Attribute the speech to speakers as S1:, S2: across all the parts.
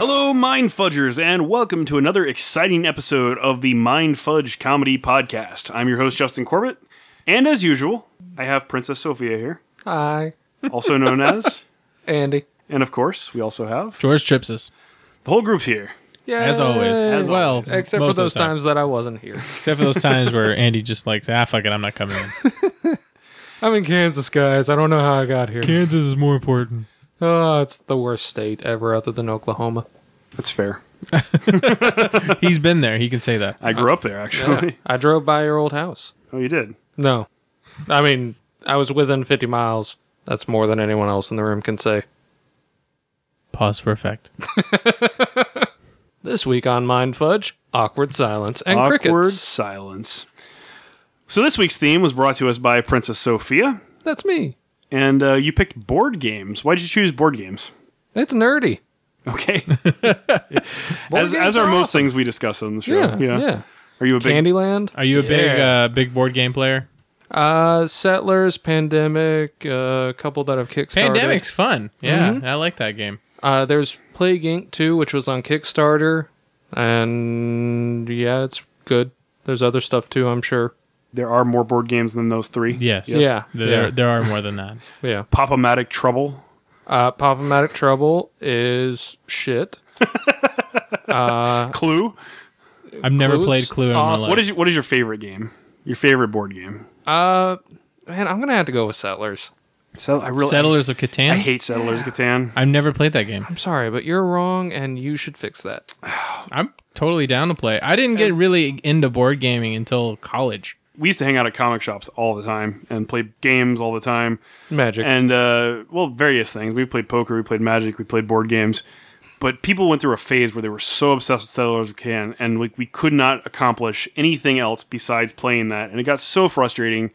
S1: Hello, Mind Fudgers, and welcome to another exciting episode of the Mind Fudge Comedy Podcast. I'm your host, Justin Corbett, and as usual, I have Princess Sophia here,
S2: Hi,
S1: also known as,
S2: Andy.
S1: and of course, we also have
S3: George Tripsis,
S1: the whole group's here.
S2: Yeah,
S3: as always.
S1: As
S3: well,
S1: always.
S2: except
S3: most
S2: for
S3: of the
S2: those
S3: time.
S2: times that I wasn't here.
S3: Except for those times where Andy just like, ah, fuck it, I'm not coming in.
S2: I'm in Kansas, guys. I don't know how I got here.
S3: Kansas is more important.
S2: Oh, it's the worst state ever, other than Oklahoma.
S1: That's fair.
S3: He's been there. He can say that.
S1: I
S2: Uh,
S1: grew up there, actually.
S2: I drove by your old house.
S1: Oh, you did?
S2: No, I mean I was within 50 miles. That's more than anyone else in the room can say.
S3: Pause for effect.
S2: This week on Mind Fudge, awkward silence and
S1: Awkward
S2: crickets.
S1: silence. So, this week's theme was brought to us by Princess Sophia,
S2: That's me.
S1: and uh, you picked board games. Why'd you choose board games?
S2: It's nerdy.
S1: Okay.
S2: Board
S1: as,
S2: games
S1: as are most
S2: awesome.
S1: things we discuss on the show.
S2: Yeah, yeah.
S1: Are you a big
S2: Candyland.
S3: Are you a big
S2: Yeah.
S3: uh, big board game player?
S2: Uh, Settlers, Pandemic, uh, a couple that have kickstarted.
S3: Pandemic's fun. Yeah, I like that game.
S2: Uh, there's Plague Inc. 2, which was on Kickstarter, and yeah, it's good. There's other stuff too, I'm sure.
S1: there are more board games than those three.
S3: Yes.
S2: Yeah,
S3: There,
S2: yeah.
S3: there are more than that.
S2: Yeah.
S1: Pop-O-Matic Trouble.
S2: Uh, Pop-O-Matic Trouble is shit.
S3: Uh,
S1: Clue.
S3: I've never
S2: Clues?
S3: played Clue in
S2: Awesome.
S3: my life.
S1: What is your, what is your favorite game? Your favorite board game?
S2: Uh, man, I'm gonna have to go with Settlers.
S1: So I really
S3: Settlers of Catan?
S1: I hate Settlers of Catan.
S3: I've never played that game.
S2: I'm sorry, but you're wrong, and you should fix that.
S3: I'm totally down to play. I didn't get really into board gaming until college.
S1: We used to hang out at comic shops all the time and play games all the time,
S2: Magic.
S1: and uh, well, various things. We played poker, we played Magic, we played board games. But people went through a phase where they were so obsessed with Settlers of Catan, and like we could not accomplish anything else besides playing that, and it got so frustrating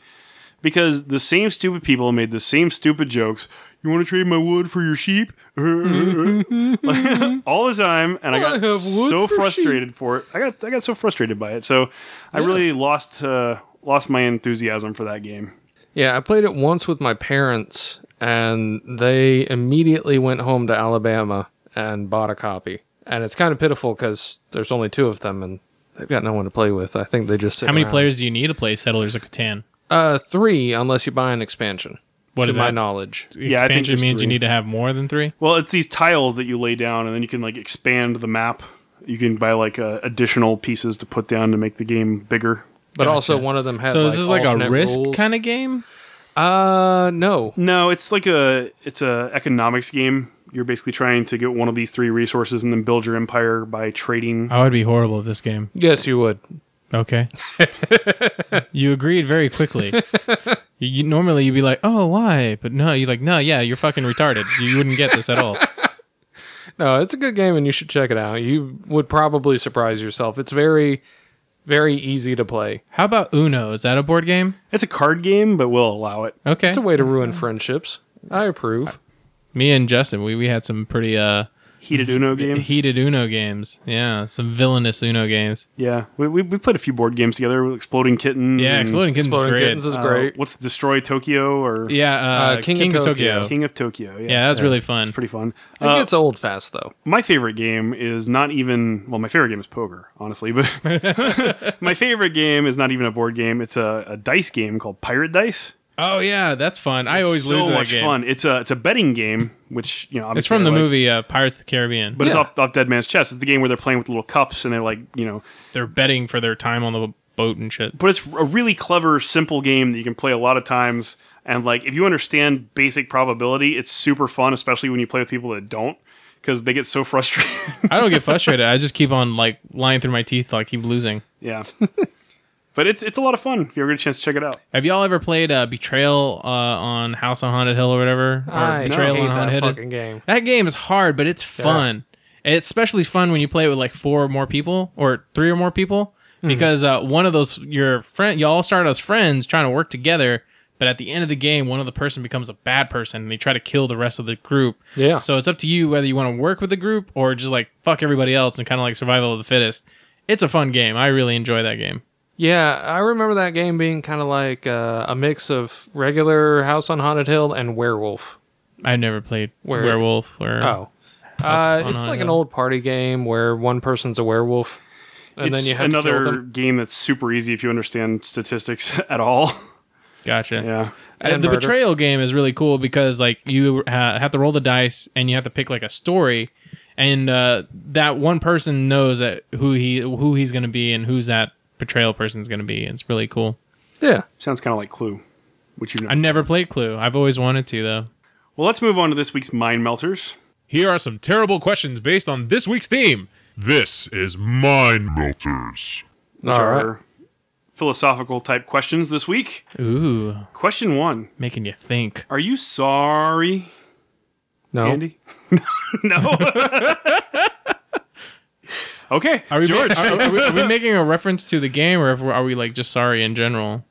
S1: because the same stupid people made the same stupid jokes. You want to trade my wood for your sheep? all the time, and I
S2: I
S1: got
S2: have wood
S1: so
S2: for sheep.
S1: frustrated for it. I got I got so frustrated by it. So I really lost uh, lost my enthusiasm for that game.
S2: Yeah, I played it once with my parents, and they immediately went home to Alabama and bought a copy. And it's kind of pitiful because there's only two of them, and they've got no one to play with. I think they just sit
S3: How many
S2: around.
S3: players do you need to play Settlers of Catan?
S2: Uh, three, unless you buy an expansion.
S3: What
S2: to
S3: is
S2: my
S3: that?
S2: knowledge.
S1: Yeah, I think
S3: Expansion
S1: there's
S3: means
S1: three.
S3: you need to have more than three?
S1: Well, it's these tiles that you lay down, and then you can like expand the map. You can buy like uh, additional pieces to put down to make the game bigger.
S2: But also,
S3: Gotcha.
S2: one of them had.
S3: So is this like a risk kind
S2: of?
S3: of game?
S2: Uh, no.
S1: No, it's like a it's a economics game. You're basically trying to get one of these three resources and then build your empire by trading.
S3: I would be horrible at this game.
S2: Yes, you would.
S3: Okay. you agreed very quickly. You, you- normally you'd be like, "Oh, why?" But no, you're like, "No, yeah, you're fucking retarded. You wouldn't get this at all."
S2: No, it's a good game, and you should check it out. You would probably surprise yourself. It's very, very easy to play.
S3: How about Uno? Is that a board game?
S1: It's a card game, but we'll allow it.
S3: Okay.
S2: It's a way to ruin friendships. I approve.
S3: Me and Justin, we, we had some pretty uh
S1: Heated Uno game.
S3: heated Uno games. Yeah, some villainous Uno games.
S1: Yeah, we, we, we played a few board games together with Exploding Kittens.
S3: Yeah,
S1: and,
S3: Exploding Kittens
S2: Exploding
S3: great.
S2: Kittens is
S1: uh,
S2: great.
S1: What's Destroy Tokyo or
S3: yeah, uh,
S2: Uh,
S3: King, of Tokyo.
S1: King of Tokyo? Yeah,
S3: Yeah, that was really fun.
S1: pretty fun.
S2: It
S1: Uh,
S2: gets old fast though.
S1: my favorite game is not even well. My favorite game is poker, honestly, but my favorite game is not even a board game. It's a, a dice game called Pirate Dice.
S3: Oh yeah, that's fun. I always
S1: so
S3: lose that
S1: much
S3: game.
S1: fun. It's a it's a betting game, which you know obviously
S3: It's from
S1: I
S3: the
S1: like,
S3: movie uh, Pirates of the Caribbean.
S1: but it's
S2: Yeah.
S1: off, off Dead Man's Chest. It's the game where they're playing with little cups and they're like you know
S3: they're betting for their time on the boat and shit.
S1: but it's a really clever, simple game that you can play a lot of times. And like, if you understand basic probability, it's super fun, especially when you play with people that don't, because they get so frustrated.
S3: I don't get frustrated. I just keep on like lying through my teeth, like keep losing.
S1: yeah, but it's it's a lot of fun if you ever get a chance to check it out.
S3: Have y'all ever played uh, Betrayal uh, on House on Haunted Hill or whatever? Or
S2: I
S3: Betrayal
S2: hate
S3: on
S2: that
S3: Haunted
S2: fucking game.
S3: That game is hard, but it's fun. And It's especially fun when you play it with like four or more people or three or more people
S2: Mm-hmm.
S3: because uh, one of those your friend y'all start as friends trying to work together, but at the end of the game, one of the person becomes a bad person and they try to kill the rest of the group.
S2: Yeah.
S3: So it's up to you whether you want to work with the group or just like fuck everybody else and kind of like survival of the fittest. It's a fun game. I really enjoy that game.
S2: Yeah, I remember that game being kind of like uh, a mix of regular House on Haunted Hill and Werewolf.
S3: I've never played
S2: Where-
S3: werewolf or
S2: Oh, Uh,
S3: Oh,
S2: it's
S3: no, I
S2: like an
S3: know.
S2: old party game where one person's a werewolf, and
S1: it's
S2: then you have to kill
S1: another
S2: them.
S1: game that's super easy if you understand statistics at all.
S3: Gotcha.
S1: yeah.
S3: Uh,
S2: and
S3: the
S2: murder.
S3: betrayal game is really cool because like you ha- have to roll the dice and you have to pick like a story, and uh, that one person knows that who he who he's gonna be and who's that betrayal person's gonna be. And it's really cool.
S2: Yeah,
S1: Sounds kind of like Clue, which you know.
S3: I've never played Clue. I've always wanted to though.
S1: well, let's move on to this week's Mind Melters.
S4: Here are some terrible questions based on this week's theme. This is Mind Melters.
S1: which
S2: all right.
S1: are philosophical type questions this week.
S3: Ooh,
S1: Question one
S3: making you think.
S1: Are you sorry,
S2: No,
S1: Andy? no. okay.
S3: Are we,
S1: George,
S3: Are, are we, are we making a reference to the game, or if we're- are we like just sorry in general?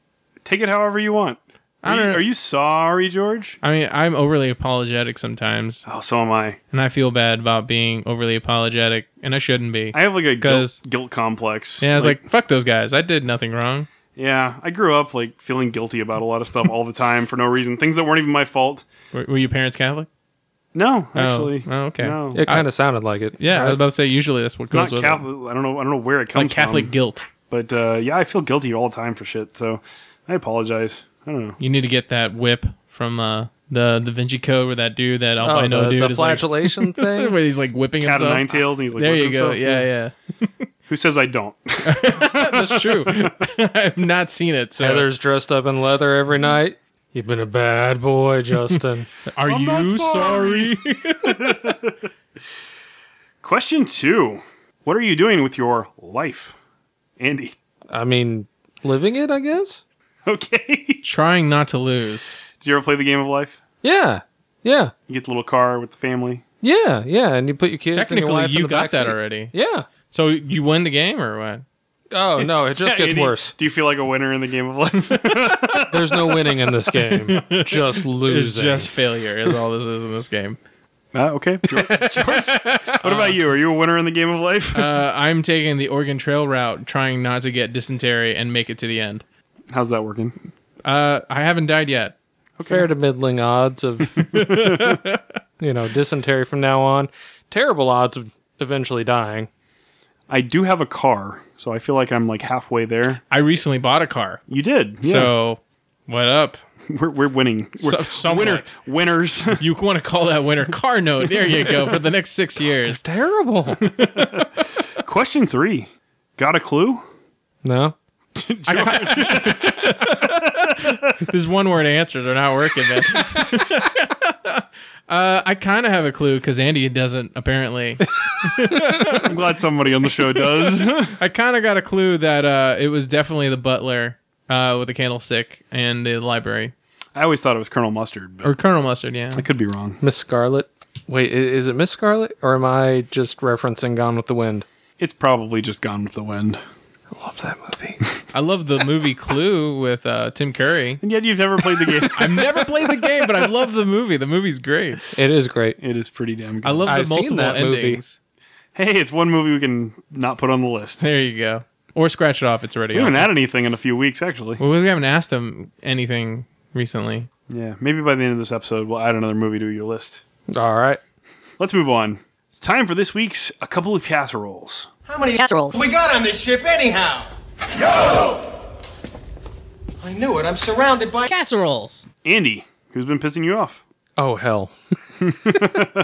S1: take it however you want. Are
S3: I
S1: you,
S3: don't know.
S1: are you sorry, George?
S3: I mean, I'm overly apologetic sometimes,
S1: Oh, so am I.
S3: and I feel bad about being overly apologetic, and I shouldn't be.
S1: I have like a guilt,
S3: 'Cause-
S1: guilt complex.
S3: yeah, I was like, fuck those guys. I did nothing wrong.
S1: yeah, I grew up like feeling guilty about a lot of stuff all the time for no reason, things that weren't even my fault.
S3: Were, were your parents Catholic?
S1: No,
S3: Oh.
S1: actually,
S3: Oh, okay.
S1: no.
S2: it kind of sounded like it.
S3: Yeah, I
S2: right?
S3: was about to say. Usually, that's what goes
S1: not
S3: with it.
S1: Catholic. I don't know. I don't know where it comes
S3: like Catholic
S1: from.
S3: guilt.
S1: But uh, yeah, I feel guilty all the time for shit. So I apologize. I don't know.
S3: You need to get that whip from uh, the Da Vinci Code, where that dude, that
S2: oh,
S3: albino
S2: the,
S3: dude,
S2: the
S3: is like,
S2: flagellation thing.
S3: where he's like whipping
S1: Cat of
S3: himself.
S1: nine tails, and he's like,
S3: there you
S1: whipping
S3: go.
S1: himself.
S3: Yeah, yeah.
S1: Who says I don't?
S3: That's true. I've not seen it. So
S2: Heather's dressed up in leather every night. You've been a bad boy, Justin.
S3: are
S1: I'm not
S3: you
S1: sorry.
S3: sorry?
S1: Question two: What are you doing with your life, Andy?
S2: I mean, living it, I guess.
S1: Okay. Did
S3: Trying not to lose.
S1: you ever play the game of life?
S2: Yeah, yeah,
S1: You get the little car with the family.
S2: yeah, yeah. And you put your kids. and your
S3: Technically,
S2: wife in
S3: you
S2: the
S3: got that
S2: backseat.
S3: already.
S2: Yeah.
S3: So you win the game or what?
S2: Oh no, it just
S1: Yeah,
S2: gets
S1: Andy,
S2: worse.
S1: Do you feel like a winner in the game of life?
S2: There's no winning in this game. Just losing.
S3: It's just failure is all this is in this game.
S1: uh, okay. George, George, what about you? Are you a winner in the game of life?
S3: Uh, I'm taking the Oregon Trail route, trying not to get dysentery and make it to the end.
S1: How's that working?
S3: Uh, I haven't died yet.
S2: fair to middling odds of you know dysentery from now on terrible odds of eventually dying
S1: I do have a car, so I feel like I'm like halfway there.
S3: I recently bought a car,
S1: You did. Yeah.
S3: so what up?
S1: We're, we're winning. We're
S3: So-
S1: winner, winners.
S3: You want to call that winter car note? There you go for the next six years.
S2: terrible
S1: Question three. Got a clue?
S2: no
S3: These one word answers are not working, man. uh, I kind of have a clue because Andy doesn't apparently.
S1: I'm glad somebody on the show does.
S3: I kind of got a clue that uh, it was definitely the butler uh, with the candlestick and the library
S1: I always thought it was Colonel Mustard, but
S3: or Colonel Mustard. Yeah,
S1: I could be wrong.
S2: miss scarlet wait i- is it miss scarlet or am i just referencing gone with the wind
S1: It's probably just Gone with the Wind.
S2: i love that movie
S3: I love the movie Clue with uh, Tim Curry.
S1: And yet you've never played the game.
S3: I've never played the game, but I love the movie. The movie's great.
S2: it is great
S1: it is pretty damn good.
S3: I love the
S2: I've seen
S3: multiple
S2: that movie.
S3: endings.
S1: hey, it's one movie we can not put on the list.
S3: There you go. Or scratch it off. It's already.
S1: We
S3: off.
S1: haven't had anything in a few weeks, actually.
S3: Well, we haven't asked him anything recently.
S1: Yeah, maybe by the end of this episode, we'll add another movie to your list.
S2: all right
S1: Let's move on. It's time for this week's A Couple of Casseroles.
S5: How many
S6: Casseroles.
S5: we got on this ship anyhow? Yo! I knew it. I'm surrounded by
S6: Casseroles.
S1: Andy, who's been pissing you off?
S2: oh hell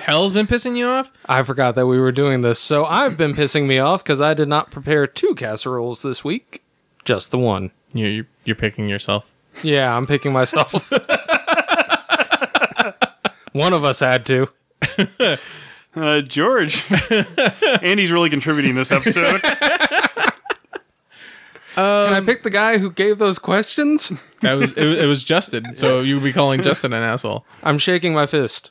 S3: Hell's been pissing you off.
S2: i forgot that we were doing this so i've been pissing me off because i did not prepare two casseroles this week just the one
S3: You're you're, you're picking yourself.
S2: yeah i'm picking myself one of us had to
S1: Uh, George. Andy's really contributing this episode.
S2: Can I pick the guy who gave those questions?
S3: That was it, it. Was Justin? So you would be calling Justin an asshole.
S2: I'm shaking my fist.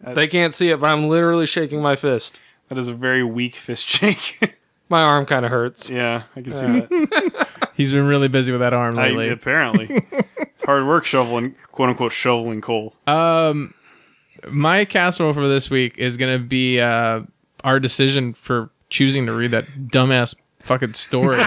S2: They can't see it, but I'm literally shaking my fist.
S1: that is a very weak fist shake.
S2: My arm kind of hurts.
S1: yeah, I can see that.
S3: He's been really busy with that arm
S1: I-
S3: lately.
S1: apparently, it's hard work shoveling, quote unquote, shoveling coal.
S3: My casserole for this week is gonna be uh, our decision for choosing to read that dumbass fucking story.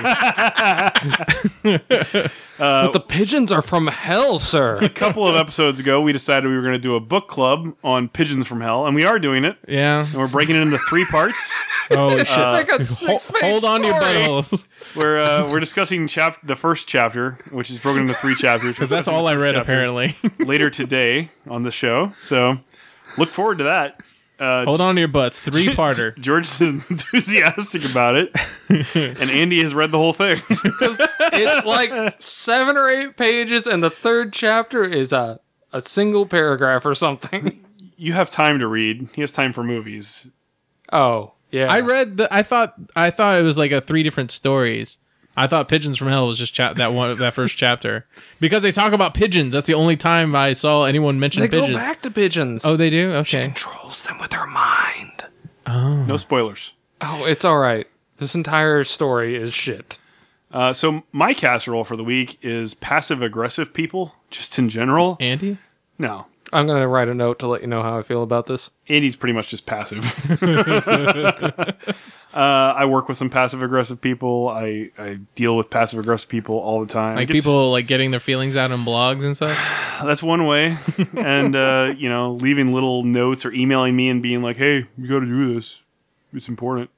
S2: but the pigeons are from hell, sir.
S1: A couple of episodes ago, we decided we were going to do a book club on pigeons from hell, and we are doing it.
S3: yeah.
S1: And we're breaking it into three parts.
S3: Oh shit.
S2: I got
S3: Hol-
S2: six
S3: hold on to your buttholes.
S1: We're uh, we're discussing chap- the first chapter, which is broken into three chapters. Because
S3: That's all I read apparently.
S1: later today on the show. So look forward to that. Uh,
S3: hold on to your butts. Three parter.
S1: George is enthusiastic about it, and Andy has read the whole thing.
S2: It's like seven or eight pages, and the third chapter is a a single paragraph or something.
S1: You have time to read. He has time for movies.
S2: Oh yeah,
S3: I read the. I thought. I thought it was like a three different stories. I thought pigeons from hell was just chap that one that first chapter because they talk about pigeons. That's the only time I saw anyone mention
S2: They
S3: pigeons.
S2: go back to pigeons.
S3: Oh, they do. Okay.
S2: controls them with her mind.
S1: No spoilers.
S2: Oh, it's all right. This entire story is shit.
S1: Uh, so my casserole for the week is passive aggressive people, just in general.
S3: Andy.
S1: No,
S2: I'm gonna write a note to let you know how I feel about this.
S1: Andy's pretty much just passive. uh, I work with some passive aggressive people. I, I deal with passive aggressive people all the time.
S3: Like
S1: It's-
S3: people like getting their feelings out on blogs and stuff.
S1: That's one way. and, uh, you know, leaving little notes or emailing me and being like, hey, you got to do this. It's important.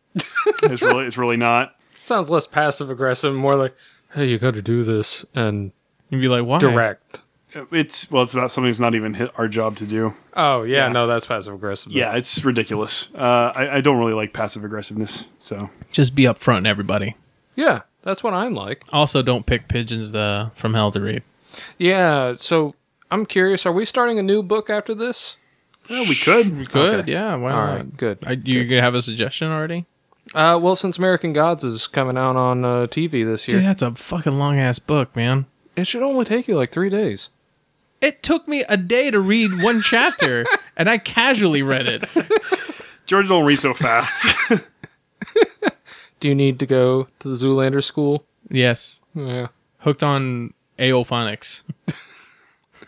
S1: it's, really, it's really not.
S2: Sounds less passive aggressive, more like, "Hey, you got to do this," and
S3: You'd be like, why?
S2: direct.
S1: It's, well, it's about something that's not even hit our job to do.
S2: Oh yeah, no, that's passive aggressive.
S1: Yeah, it's ridiculous. Uh, I, I don't really like passive aggressiveness. So,
S3: Just be upfront, everybody.
S2: yeah, that's what I'm like.
S3: Also, don't pick pigeons the from hell to read.
S2: Yeah, so I'm curious. Are we starting a new book after this?
S1: yeah, we could. We
S3: Good. Yeah. Why
S2: All
S3: not?
S2: right, good.
S3: I, you gonna have a suggestion already?
S2: Uh, well, since American Gods is coming out on uh, TV this year,
S3: Dude, that's a fucking long ass book, man.
S2: it should only take you like three days.
S3: It took me a day to read one chapter, and I casually read it.
S1: George don't read so fast.
S2: Do you need to go to the Zoolander school?
S3: Yes.
S2: Yeah.
S3: Hooked on Aophonics.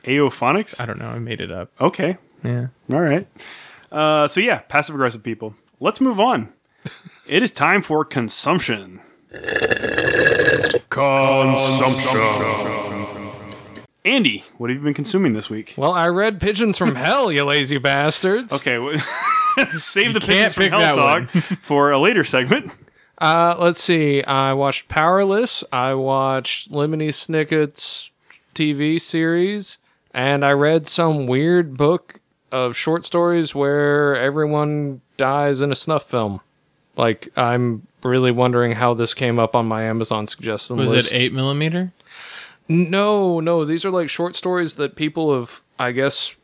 S1: Aophonics?
S3: I don't know. I made it up.
S1: Okay.
S3: Yeah.
S1: All right. Uh, so yeah, passive aggressive people. Let's move on. It is time for consumption. Consumption. Andy, what have you been consuming this week?
S2: Well, I read Pigeons from Hell, you lazy bastards.
S1: Okay, w- save the pigeons
S3: can't
S1: from
S3: pick
S1: hell
S3: that
S1: talk for a later segment.
S2: Uh, let's see. I watched Powerless. I watched Lemony Snicket's TV series, and I read some weird book of short stories where everyone dies in a snuff film. Like, I'm really wondering how this came up on my Amazon suggestion
S3: Was
S2: list.
S3: it eight millimeter?
S2: No, no, these are like short stories that people have, I guess,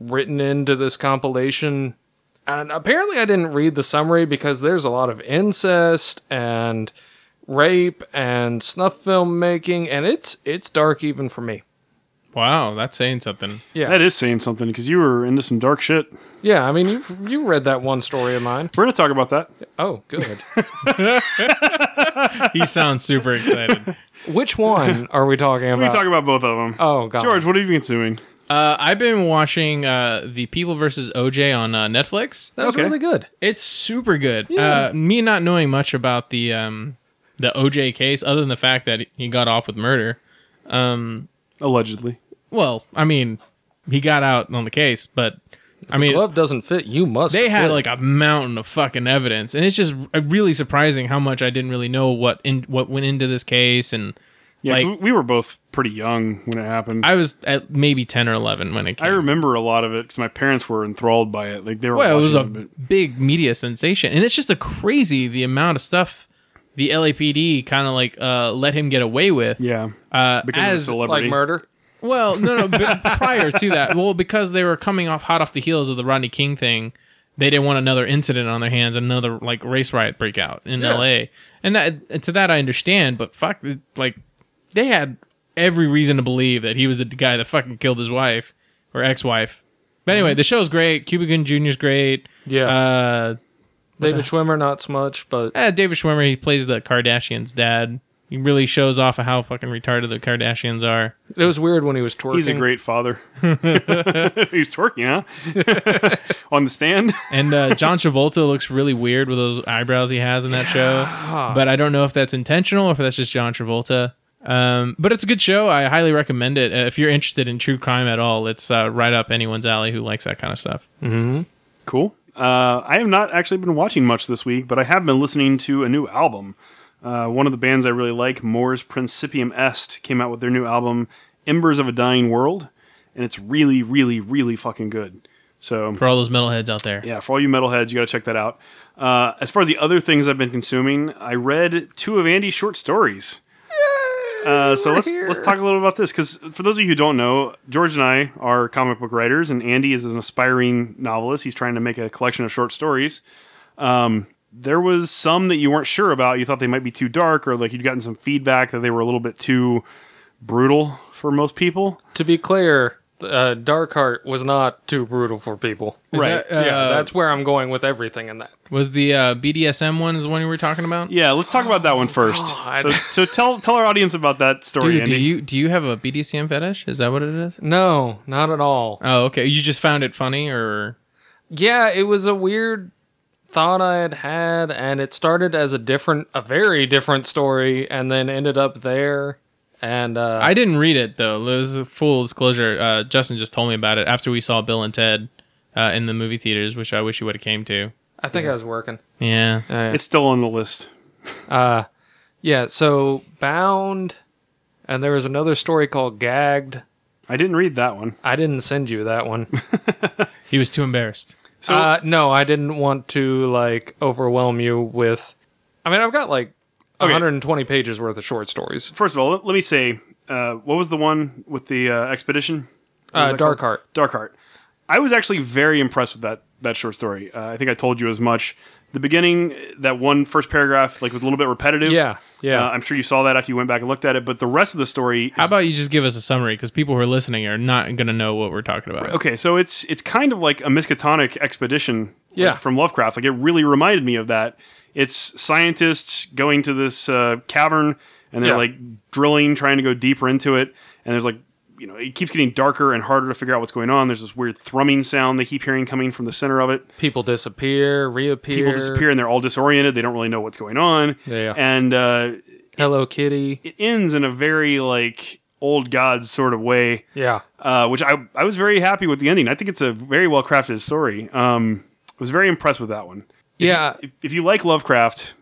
S2: written into this compilation. And apparently, I didn't read the summary because there's a lot of incest and rape and snuff film making, and it's it's dark even for me.
S3: Wow, that's saying something.
S2: Yeah,
S1: That is saying something because you were into some dark shit.
S2: yeah. I mean, you have you read that one story of mine.
S1: We're gonna talk about that.
S2: Oh, good.
S3: He sounds super excited.
S2: Which one are we talking about?
S1: We can talk about both of them.
S2: oh God,
S1: George, what have you been consuming?
S3: Uh, I've been watching uh, The People versus OJ on uh, Netflix.
S2: that was
S1: okay.
S2: really good.
S3: It's super good. Uh, me not knowing much about the um, the OJ case, other than the fact that he got off with murder.
S1: Allegedly,
S3: Well, I mean, he got out on the case, but I mean,
S2: Glove doesn't fit. You must.
S3: they had
S2: fit.
S3: like a mountain of fucking evidence, and it's just r- really surprising how much I didn't really know what in what went into this case, and
S1: yeah. 'cause
S3: Like-
S1: we were both pretty young when it happened.
S3: I was at maybe ten or eleven when it
S1: I
S3: came.
S1: remember a lot of it because my parents were enthralled by it. Like they were.
S3: well, it was a
S1: watching it,
S3: big media sensation, and it's just a crazy the amount of stuff the LAPD kind of like uh, let him get away with.
S1: but- yeah,
S3: Uh,
S1: because of
S3: as
S1: celebrity.
S2: like murder.
S3: well, no, no, but prior to that, well, because they were coming off hot off the heels of the Rodney King thing, they didn't want another incident on their hands, another like race riot breakout in
S2: Yeah.
S3: L.A. And that, to that, I understand, but fuck, it- like they had every reason to believe that he was the guy that fucking killed his wife or ex-wife. But anyway, the show's great. Cubican Junior's great.
S2: Yeah,
S3: Uh,
S2: David Schwimmer not so much, but
S3: eh, David Schwimmer, he plays the Kardashians' dad. He really shows off of how fucking retarded the Kardashians are.
S2: It was weird when he was twerking.
S1: He's a great father. He's twerking, huh? On the stand.
S3: And uh, John Travolta looks really weird with those eyebrows he has in that show. But I don't know if that's intentional or if that's just John Travolta. Um, but it's a good show. I highly recommend it. Uh, if you're interested in true crime at all, it's uh, right up anyone's alley who likes that kind of stuff.
S1: Cool. Uh, I have not actually been watching much this week, but I have been listening to a new album. Uh, one of the bands I really like, Moore's Principium Est, came out with their new album, Embers of a Dying World, and it's really, really, really fucking good. So
S3: For all those metalheads out there.
S1: yeah, for all you metalheads, you got to check that out. Uh, as far as the other things I've been consuming, I read two of Andy's short stories. Uh, so let's let's talk a little about this because for those of you who don't know, George and I are comic book writers, and Andy is an aspiring novelist. He's trying to make a collection of short stories. Um, there was some that you weren't sure about. You thought they might be too dark, or like you'd gotten some feedback that they were a little bit too brutal for most people.
S2: to be clear, uh, Darkheart was not too brutal for people.
S3: Is
S1: Right.
S3: that, uh,
S2: yeah, that's where I'm going with everything in that.
S3: was the uh, BDSM one is the one you were talking about?
S1: Yeah, let's talk about that one first.
S2: God.
S1: So, so tell tell our audience about that story,
S3: Dude,
S1: Andy.
S3: do you do you have a BDSM fetish? Is that what it is?
S2: No, not at all.
S3: Oh, okay. You just found it funny, or
S2: yeah, it was a weird thought I had had, and it started as a different, a very different story, and then ended up there. And uh,
S3: I didn't read it though. This is a full disclosure. Uh, Justin just told me about it after we saw Bill and Ted uh, in the movie theaters, which I wish you would have came to.
S2: I think I was working.
S3: Yeah,
S1: It's still on the list.
S2: Yeah, so Bound, and there was another story called Gagged.
S1: I didn't read that one.
S2: I didn't send you that one.
S3: he was too embarrassed.
S1: So
S2: uh, no, I didn't want to like overwhelm you with. I mean, I've got like
S1: Okay.
S2: 120 pages worth of short stories.
S1: first of all, let, let me say, uh, what was the one with the uh, expedition? What was
S2: Uh,
S1: that called?
S2: Darkheart.
S1: Darkheart. I was actually very impressed with that that short story. Uh, I think I told you as much. The beginning, that one first paragraph, like was a little bit repetitive.
S2: Yeah, yeah.
S1: Uh, I'm sure you saw that after you went back and looked at it. But the rest of the story, is
S3: How about you just give us a summary because people who are listening are not going to know what we're talking about.
S1: okay, so it's it's kind of like a Miskatonic expedition like,
S2: Yeah.
S1: from Lovecraft. Like it really reminded me of that. It's scientists going to this uh, cavern and they're
S2: Yeah.
S1: like drilling, trying to go deeper into it, and there's like you know, it keeps getting darker and harder to figure out what's going on. There's this weird thrumming sound they keep hearing coming from the center of it
S2: People disappear, reappear.
S1: people disappear and they're all disoriented. They don't really know what's going on.
S2: Yeah.
S1: And uh,
S2: Hello Kitty.
S1: it ends in a very like old gods sort of way,
S2: Yeah.
S1: uh, which I I was very happy with the ending. I think it's a very well crafted story. Um, I was very impressed with that one.
S2: Yeah.
S1: If, if you like Lovecraft,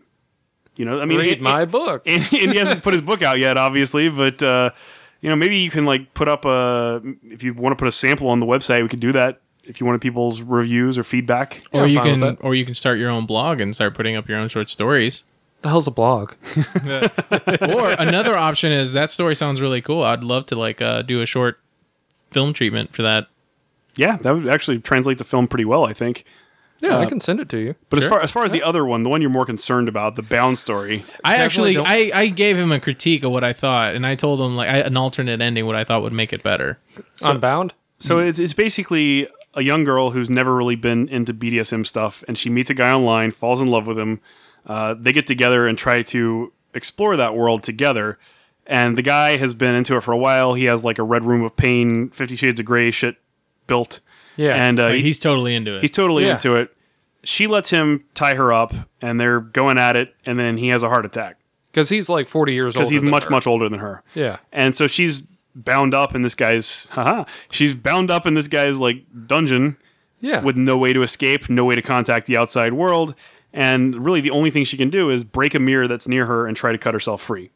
S1: you know, I mean,
S2: Read
S1: it-
S2: my book.
S1: and, and he hasn't put his book out yet, obviously. But uh, you know, maybe you can like put up a if you want to put a sample on the website, we could do that. If you wanted people's reviews or feedback,
S2: Yeah,
S3: or
S2: I'm
S3: you
S2: fine with
S3: can,
S2: that.
S3: or you can start your own blog and start putting up your own short stories.
S2: the hell's a blog?
S3: or another option is that story sounds really cool. I'd love to like uh, do a short film treatment for that.
S1: yeah, that would actually translate to film pretty well, I think.
S2: Yeah, I can send it to you.
S1: Uh, But as far as far as the other one, the one you're more concerned about, the bound story,
S3: I
S2: Definitely
S3: actually I, I gave him a critique of what I thought, and I told him like I, an alternate ending what I thought would make it better.
S2: Unbound.
S1: So it's, it's basically a young girl who's never really been into BDSM stuff, and she meets a guy online, falls in love with him. Uh, they get together and try to explore that world together. And the guy has been into it for a while. He has like a red room of pain, Fifty Shades of Grey shit built.
S2: Yeah.
S1: And uh,
S3: Like,
S1: he-
S3: he's totally into it.
S1: he's totally
S2: Yeah.
S1: into it. She lets him tie her up, and they're going at it, and then he has a heart attack
S2: because he's like 40 years old.
S1: because he's much, much older than her.
S2: Yeah.
S1: And so she's bound up in this guy's, haha, she's bound up in this guy's like dungeon
S2: Yeah.
S1: with no way to escape, no way to contact the outside world. And really, the only thing she can do is break a mirror that's near her and try to cut herself free,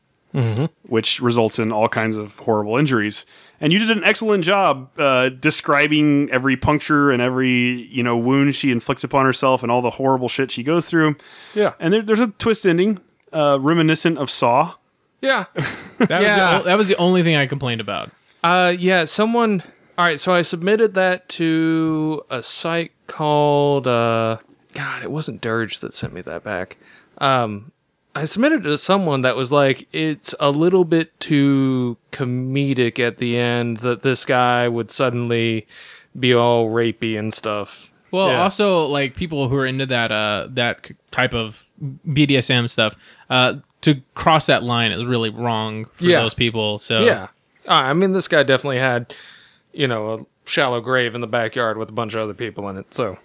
S1: which results in all kinds of horrible injuries. And you did an excellent job uh, describing every puncture and every you know wound she inflicts upon herself and all the horrible shit she goes through.
S2: yeah.
S1: And there, there's a twist ending, uh, reminiscent of Saw.
S2: yeah.
S3: that,
S2: Yeah.
S3: was the, that was the only thing I complained about.
S2: Uh, yeah. Someone. All right. So I submitted that to a site called. Uh, God, it wasn't Dirge that sent me that back. Um, I submitted it to someone that was like, it's a little bit too comedic at the end that this guy would suddenly be all rapey and stuff.
S3: Well,
S2: Yeah.
S3: also like people who are into that uh that c- type of BDSM stuff. Uh, to cross that line is really wrong for
S2: Yeah.
S3: those people. So
S2: Yeah. Uh, I I mean, this guy definitely had, you know, a shallow grave in the backyard with a bunch of other people in it. So,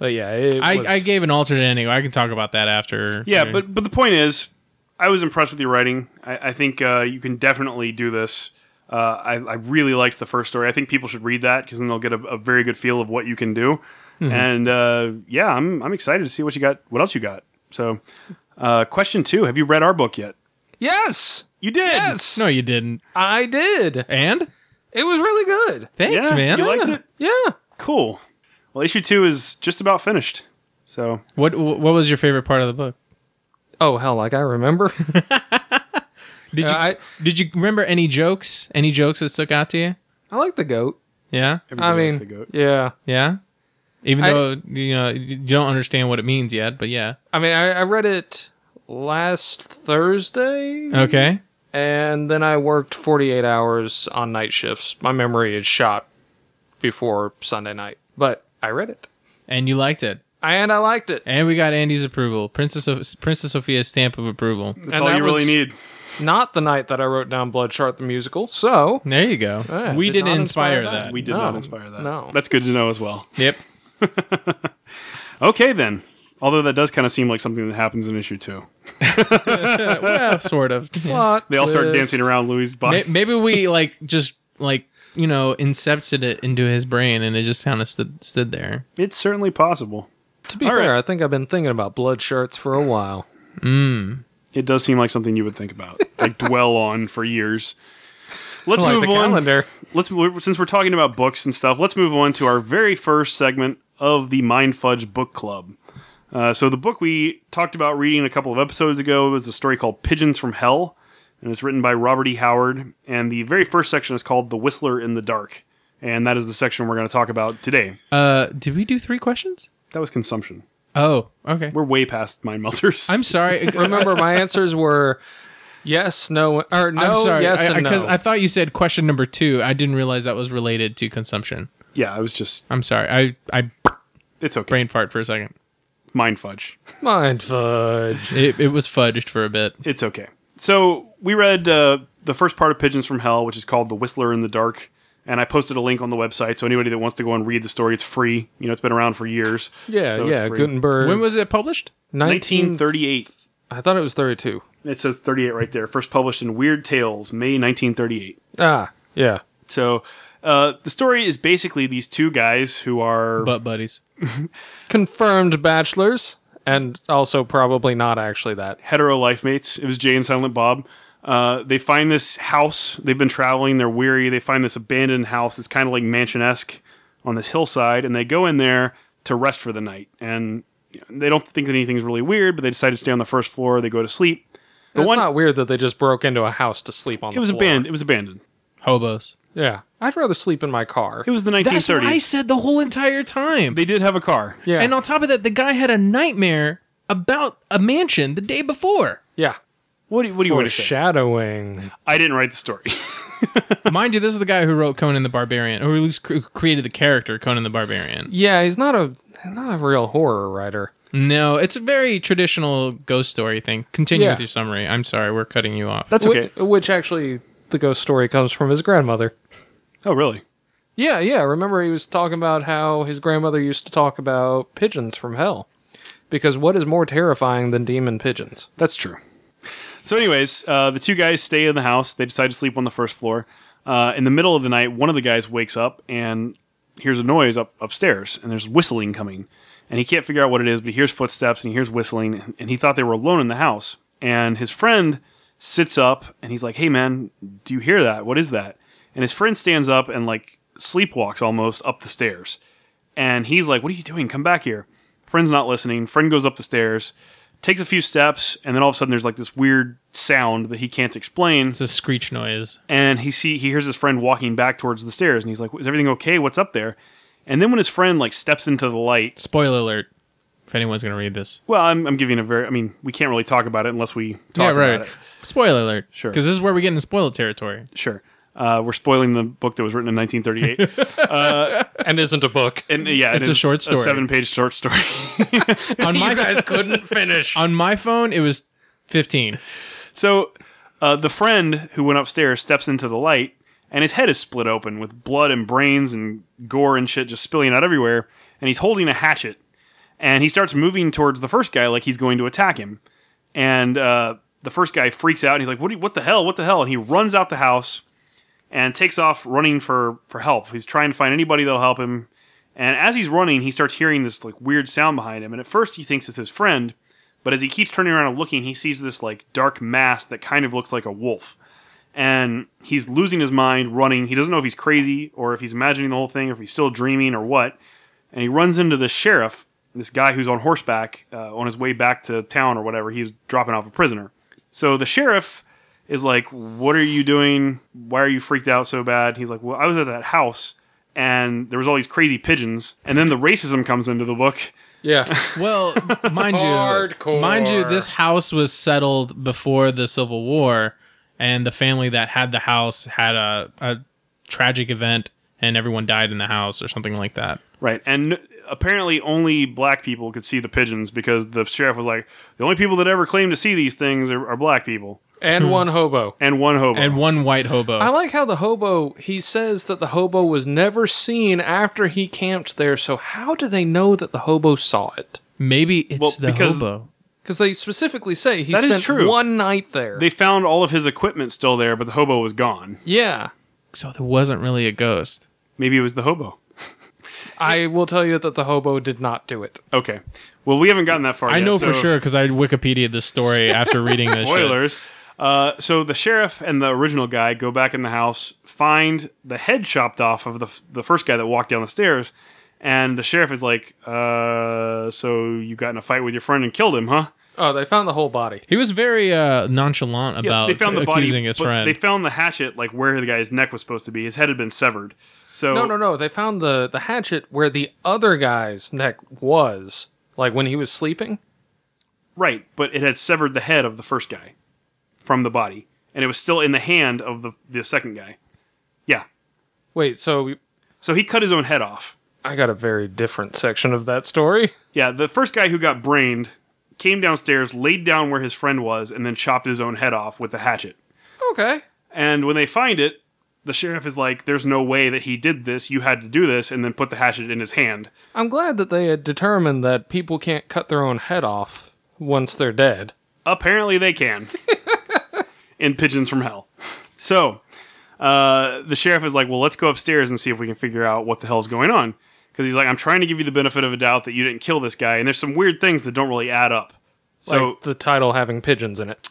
S2: but yeah, it
S3: I,
S2: was-
S3: I gave an alternate anyway. I can talk about that after.
S1: Yeah, but but the point is, I was impressed with your writing. I, I think uh, you can definitely do this. Uh, I, I really liked the first story. I think people should read that because then they'll get a, a very good feel of what you can do.
S2: Mm-hmm.
S1: And uh, yeah, I'm I'm excited to see what you got. What else you got? So, uh, question two: Have you read our book yet?
S2: yes,
S1: You did.
S2: yes,
S3: no, you didn't.
S2: I did.
S3: And
S2: It was really good.
S3: thanks,
S1: Yeah,
S3: man.
S1: You liked it.
S2: Yeah.
S1: Cool. Well, issue two is just about finished. So
S3: What What was your favorite part of the book?
S2: Oh hell, like I remember.
S3: Did you
S2: Uh, I
S3: Did you remember any jokes? Any jokes that stuck out to you?
S2: I like the goat.
S3: Yeah,
S2: I
S1: everybody likes the
S2: mean,
S1: goat.
S2: yeah.
S3: yeah. Even
S2: I-
S3: though you know you don't understand what it means yet, but yeah.
S2: I mean, I, I read it last Thursday,
S3: Okay.
S2: and then I worked 48 hours on night shifts. My memory is shot before Sunday night, but I read it
S3: And you liked it.
S2: and I liked it.
S3: And we got Andy's approval, Princess of, Princess Sophia's stamp of approval.
S1: that's
S2: And
S1: all
S2: that
S1: you really
S2: was-
S1: need.
S2: Not the night that I wrote down Bloodshot the musical. So
S3: There you go.
S2: Yeah,
S3: we
S2: did
S3: didn't
S2: not
S3: inspire,
S2: inspire
S3: that.
S2: that.
S1: We did
S2: No.
S1: not inspire that.
S2: No.
S1: That's good to know as well.
S3: Yep.
S1: Okay, then. Although that does kind of seem like something that happens in issue two.
S3: well, sort of.
S2: plot
S1: They all start
S2: twist.
S1: dancing around Louis' body.
S3: May- Maybe we like just like you know incepted it into his brain, and it just kind of stood stood there.
S1: It's certainly possible.
S2: To be
S1: All
S2: fair,
S1: right.
S2: I think I've been thinking about blood shirts for a while.
S1: It does seem like something you would think about, like dwell on for years. Let's
S2: like
S1: move
S2: the
S1: on.
S2: calendar.
S1: Let's we're- since we're talking about books and stuff. Let's move on to our very first segment of the Mind Fudge Book Club. Uh, so the book we talked about reading a couple of episodes ago was a story called Pigeons from Hell, and it's written by Robert E. Howard. And the very first section is called The Whistler in the Dark, and that is the section we're going to talk about today.
S3: Uh, did we do three questions?
S1: That was consumption.
S3: Oh, okay.
S1: We're way past mind melters.
S3: I'm sorry.
S2: Remember, my answers were yes, no, or no,
S3: I'm sorry.
S2: yes,
S3: I,
S2: and
S3: I, 'cause
S2: no.
S3: I thought you said question number two. I didn't realize that was related to consumption.
S1: yeah, I was just.
S3: I'm sorry. I I
S1: It's okay.
S3: brain fart for a second.
S1: Mind fudge.
S2: Mind fudge.
S3: It, it was fudged for a bit.
S1: It's okay. So we read uh, the first part of Pigeons from Hell, which is called The Whistler in the Dark. And I posted a link on the website, so anybody that wants to go and read the story, it's free. You know, it's been around for years.
S2: Yeah,
S1: so it's
S2: yeah.
S1: free.
S2: Gutenberg.
S3: When was it published?
S2: 19?
S1: 1938.
S2: I thought it was 32.
S1: It says 38 right there. First published in Weird Tales, May 1938.
S2: Ah, yeah.
S1: So uh, the story is basically these two guys who are
S3: Butt buddies.
S2: Confirmed bachelors, and also probably not actually that.
S1: hetero life mates. It was Jay and Silent Bob. Uh, they find this house. They've been traveling. They're weary. They find this abandoned house. It's kind of like mansion esque on this hillside, and they go in there to rest for the night. And you know, they don't think that anything's really weird, but they decide to stay on the first floor. They go to sleep. The
S2: it's
S1: one
S2: not weird that they just broke into a house to sleep on.
S1: it was
S2: floor.
S1: abandoned. It was abandoned.
S3: Hobos.
S2: Yeah, I'd rather sleep in my car.
S1: It was the
S3: That's what I
S1: 1930s.
S3: said the whole entire time.
S1: They did have a car.
S2: Yeah,
S3: And on top of that, the guy had a nightmare about a mansion the day before.
S2: yeah.
S1: What do you, what do you want to say?
S2: Foreshadowing.
S1: I didn't write the story.
S3: Mind you, this is the guy who wrote Conan the Barbarian, or at least cr- created the character Conan the Barbarian.
S2: Yeah, he's not a not a real horror writer.
S3: No, it's a very traditional ghost story thing. Continue
S2: Yeah.
S3: with your summary. I'm sorry, we're cutting you off.
S1: That's
S2: Whi-
S1: okay.
S2: Which, actually, the ghost story comes from his grandmother.
S1: Oh, really?
S2: Yeah, yeah. Remember, he was talking about how his grandmother used to talk about pigeons from hell. Because what is more terrifying than demon pigeons?
S1: That's true. So, anyways, uh, the two guys stay in the house. They decide to sleep on the first floor. Uh, in the middle of the night, one of the guys wakes up and hears a noise up upstairs, and there's whistling coming. And he can't figure out what it is, but he hears footsteps and he hears whistling. And he thought they were alone in the house. And his friend sits up and he's like, "Hey, man, do you hear that? What is that?" And his friend stands up and like sleepwalks almost up the stairs. And he's like, What are you doing? Come back here. Friend's not listening. Friend goes up the stairs, takes a few steps, and then all of a sudden there's like this weird sound that he can't explain.
S3: It's a screech noise.
S1: And he see he hears his friend walking back towards the stairs and he's like, Is everything okay? What's up there? And then when his friend like steps into the light,
S3: Spoiler alert. If anyone's gonna read this,
S1: well, I'm, I'm giving a very I mean, we can't really talk about it unless we talk about it.
S3: Spoiler alert.
S1: Sure.
S3: Because this is where we get into spoiler territory.
S1: Sure. Uh, we're spoiling the book that was written in 1938.
S2: And isn't a book.
S1: and yeah, it
S3: It's a
S1: is
S3: short story.
S1: A seven page short story.
S3: On my
S2: guys couldn't finish.
S3: on my phone, it was fifteen.
S1: So uh, the friend who went upstairs steps into the light, and his head is split open with blood and brains and gore and shit just spilling out everywhere. And he's holding a hatchet, and he starts moving towards the first guy like he's going to attack him. And uh, the first guy freaks out, and he's like, "What? do you- what the hell? What the hell?" And he runs out the house and takes off running for for help. He's trying to find anybody that'll help him. And as he's running, he starts hearing this like weird sound behind him. And at first, he thinks it's his friend, but as he keeps turning around and looking, he sees this like dark mass that kind of looks like a wolf. And he's losing his mind, running. He doesn't know if he's crazy or if he's imagining the whole thing, or if he's still dreaming or what. And he runs into the sheriff, this guy who's on horseback uh, on his way back to town or whatever. He's dropping off a prisoner. So the sheriff is like, "What are you doing? Why are you freaked out so bad?" He's like, "Well, I was at that house, and there was all these crazy pigeons." And then the racism comes into the book.
S2: Yeah.
S3: Well, mind you,
S2: Hardcore.
S3: mind you, this house was settled before the Civil War, and the family that had the house had a, a tragic event, and everyone died in the house or something like that.
S1: Right. And apparently only black people could see the pigeons because the sheriff was like, the only people that ever claim to see these things are, are black people.
S2: And one hobo.
S1: And one hobo.
S3: And one white hobo.
S2: I like how the hobo, he says that the hobo was never seen after he camped there, so how do they know that the hobo saw it?
S3: Maybe it's
S1: Well,
S3: the
S1: because-
S3: hobo.
S2: Because they specifically say he
S1: That is
S2: spent
S1: true.
S2: one night there.
S1: they found all of his equipment still there, but the hobo was gone.
S2: yeah.
S3: So there wasn't really a ghost.
S1: Maybe it was the hobo.
S2: I will tell you that the hobo did not do it.
S1: Okay. Well, we haven't gotten that far
S3: I
S1: yet,
S3: know for
S1: so-
S3: sure because I Wikipedia this story after reading this. shit.
S1: Spoilers. Uh, so the sheriff and the original guy go back in the house, find the head chopped off of the, f- the first guy that walked down the stairs, and the sheriff is like, uh, so you got in a fight with your friend and killed him, huh?
S2: Oh, they found the whole body.
S3: He was very uh, nonchalant
S1: Yeah,
S3: about
S1: they found the
S3: accusing
S1: body,
S3: his
S1: but
S3: friend.
S1: They found the hatchet like where the guy's neck was supposed to be. His head had been severed. So
S2: No, no, no. They found the, the hatchet where the other guy's neck was, like when he was sleeping.
S1: right, but it had severed the head of the first guy from the body, and it was still in the hand of the the second guy. Yeah,
S2: Wait, so
S1: so he cut his own head off.
S2: I got a very different section of that story.
S1: Yeah, the first guy who got brained came downstairs, laid down where his friend was, and then chopped his own head off with the hatchet.
S2: Okay.
S1: And when they find it, the sheriff is like, "There's no way that he did this. You had to do this," and then put the hatchet in his hand.
S2: I'm glad that they had determined that people can't cut their own head off once they're dead.
S1: Apparently, they can. in Pigeons from Hell. So, uh, the sheriff is like, well, let's go upstairs and see if we can figure out what the hell's going on. Because he's like, I'm trying to give you the benefit of a doubt that you didn't kill this guy, and there's some weird things that don't really add up. So,
S2: like the title having pigeons in it.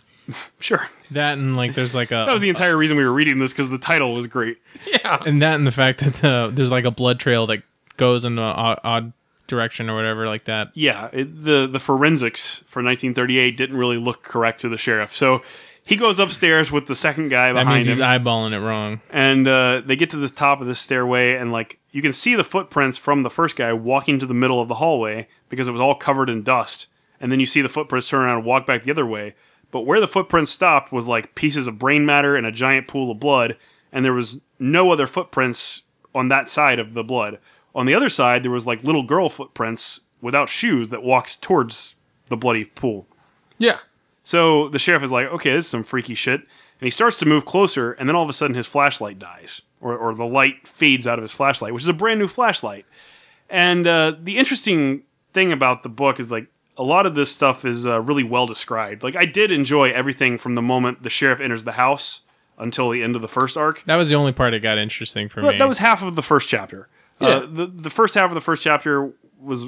S1: sure.
S3: that and like there's like
S1: That was
S3: a
S1: the entire reason we were reading this, because the title was great.
S3: and that and the fact that the, there's like a blood trail that goes in an odd, odd direction or whatever like that.
S1: Yeah, it, the, the forensics for 1938 didn't really look correct to the sheriff. So, he goes upstairs with the second guy
S3: That
S1: behind
S3: means
S1: him.
S3: he's eyeballing it wrong.
S1: and uh, they get to the top of this stairway and like you can see the footprints from the first guy walking to the middle of the hallway because it was all covered in dust and then you see the footprints turn around and walk back the other way but where the footprints stopped was like pieces of brain matter and a giant pool of blood and there was no other footprints on that side of the blood on the other side there was like little girl footprints without shoes that walked towards the bloody pool
S2: Yeah.
S1: so the sheriff is like, okay, this is some freaky shit. And he starts to move closer, and then all of a sudden his flashlight dies, or, or the light fades out of his flashlight, which is a brand new flashlight. And uh, the interesting thing about the book is like a lot of this stuff is uh, really well described. Like I did enjoy everything from the moment the sheriff enters the house until the end of the first arc.
S3: That was the only part that got interesting for me.
S1: That, that was half of the first chapter. Uh, the, the first half of the first chapter was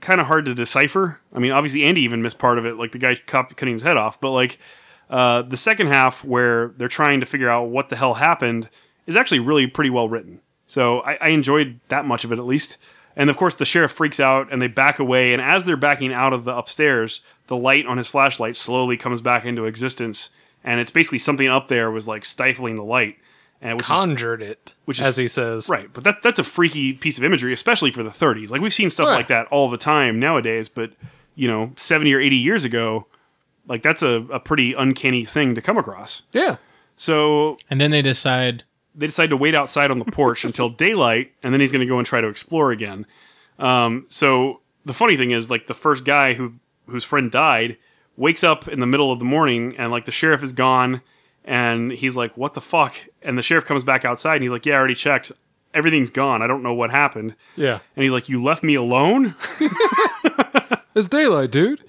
S1: kind of hard to decipher. I mean, obviously, Andy even missed part of it, like the guy cop- cutting his head off. But like uh, the second half, where they're trying to figure out what the hell happened, is actually really pretty well written. So I, I enjoyed that much of it at least. And of course, the sheriff freaks out and they back away. And as they're backing out of the upstairs, the light on his flashlight slowly comes back into existence. And it's basically something up there was like stifling the light, and which is
S2: Conjured it,
S1: Which
S2: which
S1: is-
S2: as he says.
S1: Right, but that that's a freaky piece of imagery, especially for the 30s. Like we've seen stuff
S2: Right.
S1: like that all the time nowadays, but you know, 70 or 80 years ago, like that's a, a pretty uncanny thing to come across.
S2: Yeah.
S1: So
S3: and then they decide
S1: they decide to wait outside on the porch until daylight, and then he's going to go and try to explore again. Um, so the funny thing is, like the first guy who whose friend died wakes up in the middle of the morning and like the sheriff is gone and he's like, what the fuck? And the sheriff comes back outside and he's like, yeah, I already checked. Everything's gone. I don't know what happened.
S2: Yeah.
S1: And he's like, you left me alone?
S2: It's daylight, dude.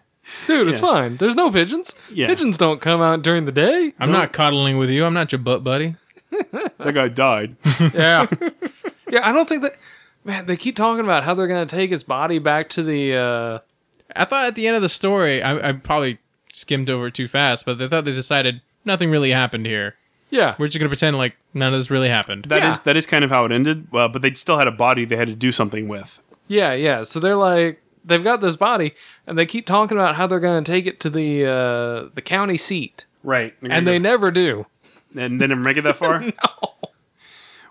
S2: Dude, it's
S1: Yeah.
S2: fine. There's no pigeons.
S1: Yeah.
S2: Pigeons don't come out during the day.
S3: I'm not coddling with you. I'm not your butt buddy.
S1: that guy died.
S2: Yeah. yeah, I don't think that man, they keep talking about how they're gonna take his body back to the uh
S3: I thought at the end of the story, I, I probably skimmed over too fast, but I thought they decided nothing really happened here.
S2: yeah.
S3: We're just gonna pretend like none of this really happened.
S1: That is
S2: Yeah.
S1: that is kind of how it ended. Uh, but they still had a body they had to do something with.
S2: Yeah, yeah. So they're like they've got this body and they keep talking about how they're gonna take it to the uh the county seat.
S1: Right.
S2: And they never do.
S1: and they never make it that far. no.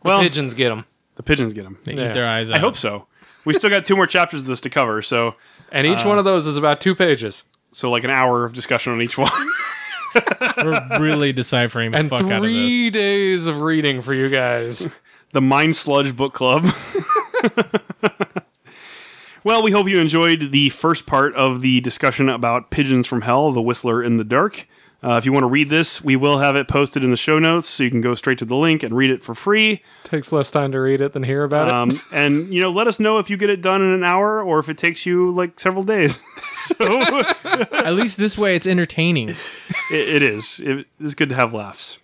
S1: Well, the,
S2: Pigeons get them.
S1: pigeons get them.
S3: they
S2: Yeah.
S3: eat their eyes out.
S1: I hope so. We still got two more chapters of this to cover, so
S2: And each one of those is about two pages.
S1: so like an hour of discussion on each one.
S3: We're really deciphering the
S2: And
S3: fuck out of
S2: three
S3: this.
S2: days of reading for you guys.
S1: the Mind Sludge Book Club. well, we hope you enjoyed the first part of the discussion about Pigeons from Hell, The Whistler in the Dark. Uh, if you want to read this, we will have it posted in the show notes, so you can go straight to the link and read it for free.
S2: Takes less time to read it than hear about it.
S1: Um, and you know, let us know if you get it done in an hour or if it takes you like several days. so it,
S3: At least this way, it's entertaining.
S1: it is. It is good to have laughs.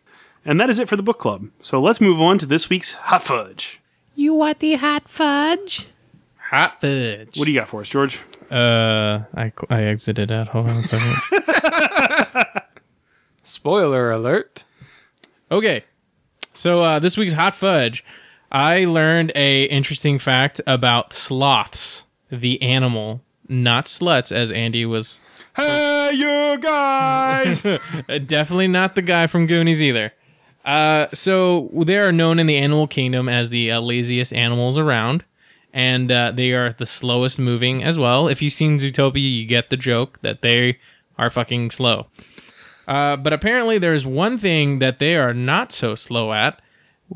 S1: And that is it for the book club. So let's move on to this week's hot fudge.
S3: You want the hot fudge? Hot fudge.
S1: What do you got for us, George?
S3: uh, I cl- I exited out. Hold on a second.
S2: Spoiler alert.
S3: Okay. So uh, this week's hot fudge, I learned a interesting fact about sloths, the animal, not sluts, as Andy was
S1: Hey, you guys!
S3: uh, definitely not the guy from Goonies either. Uh, so they are known in the animal kingdom as the uh, laziest animals around, and uh, they are the slowest moving as well. If you've seen Zootopia, you get the joke that they are fucking slow. Uh, but apparently, there's one thing that they are not so slow at,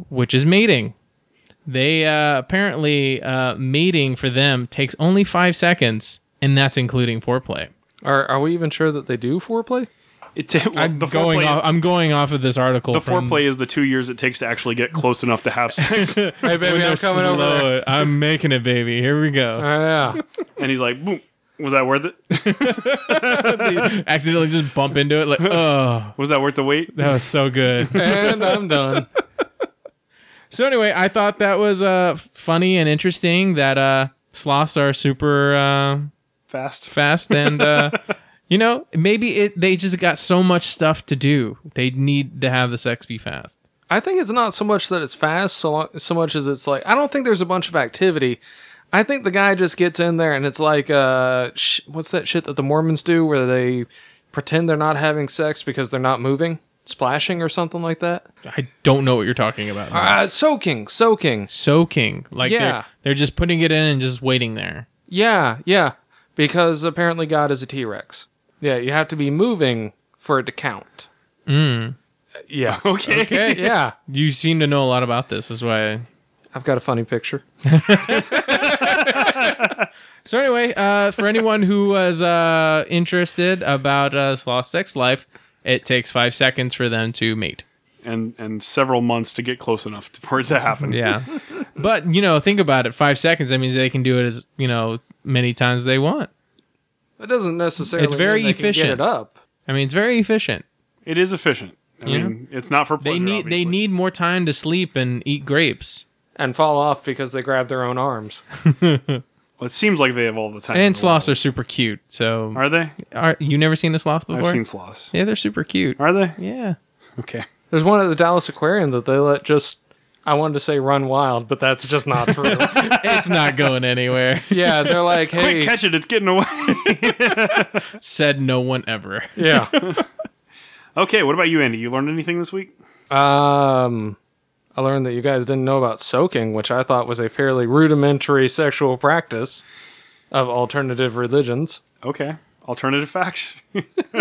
S3: which is mating. They uh, apparently uh, mating for them takes only five seconds, and that's including foreplay.
S2: Are are we even sure that they do foreplay?
S1: It ta- well,
S3: I'm
S1: the
S3: going.
S1: foreplay,
S3: Off, I'm going off of this article.
S1: the
S3: from
S1: foreplay is the two years it takes to actually get close enough to have sex. and
S2: Hey baby,
S3: When
S2: I'm
S3: they're
S2: coming over.
S3: slow, I'm making it, baby. Here we
S2: Oh
S3: go.
S2: yeah.
S1: he's like, Boom. "Was that worth it?
S3: Accidentally just bump into it. Like, oh,
S1: Was that worth the wait?"
S3: that was so good.
S2: and I'm done.
S3: so anyway, I thought that was uh funny and interesting that uh sloths are super uh,
S1: Fast.
S3: fast and uh you know maybe it they just got so much stuff to do. They need to have the sex be fast.
S2: I think it's not so much that it's fast, so long, so much as it's like I don't think there's a bunch of activity. I think the guy just gets in there and it's like, uh, sh- what's that shit that the Mormons do where they pretend they're not having sex because they're not moving, splashing or something like that?
S3: I don't know what you're talking about.
S2: Uh, soaking, soaking.
S3: Soaking, like
S2: Yeah.
S3: they're they're just putting it in and just waiting there.
S2: Yeah, yeah. Because apparently God is a T Rex. Yeah, you have to be moving for it to count. Mm. Yeah,
S1: Okay.
S3: Okay,
S2: yeah.
S3: you seem to know a lot about this. Is why
S2: I've got a funny picture.
S3: So anyway, uh, for anyone who was uh, interested about uh, Sloth's sex life, it takes five seconds for them to mate.
S1: And and several months to get close enough to, for it to happen.
S3: Yeah, but you know, think about it. Five seconds. That means they can do it as you know many times they want.
S2: It doesn't necessarily.
S3: It's very
S2: mean they can
S3: efficient.
S2: get it up.
S3: I mean, it's very efficient.
S1: It is efficient. I
S3: Yeah.
S1: mean, it's not for
S3: They
S1: pleasure.
S3: need
S1: obviously.
S3: they need more time to sleep and eat grapes.
S2: and fall off because they grab their own arms.
S1: Well, it seems like they have all the time. in
S3: And
S1: the
S3: sloths are
S1: world.
S3: super cute. So
S1: are they?
S3: are you never seen a sloth before?
S1: I've seen sloths.
S3: yeah, they're super cute.
S1: Are they?
S3: Yeah.
S1: Okay.
S2: There's one at the Dallas Aquarium that they let just I wanted to say run wild, but that's just not true.
S3: It's not going anywhere.
S2: yeah, they're like,
S1: Quick,
S2: hey,
S1: catch it! It's getting away.
S3: Said no one ever.
S2: yeah.
S1: okay. What about you, Andy? You learned anything this week?
S2: Um, I learned that you guys didn't know about soaking, which I thought was a fairly rudimentary sexual practice of alternative religions.
S1: Okay. Alternative facts.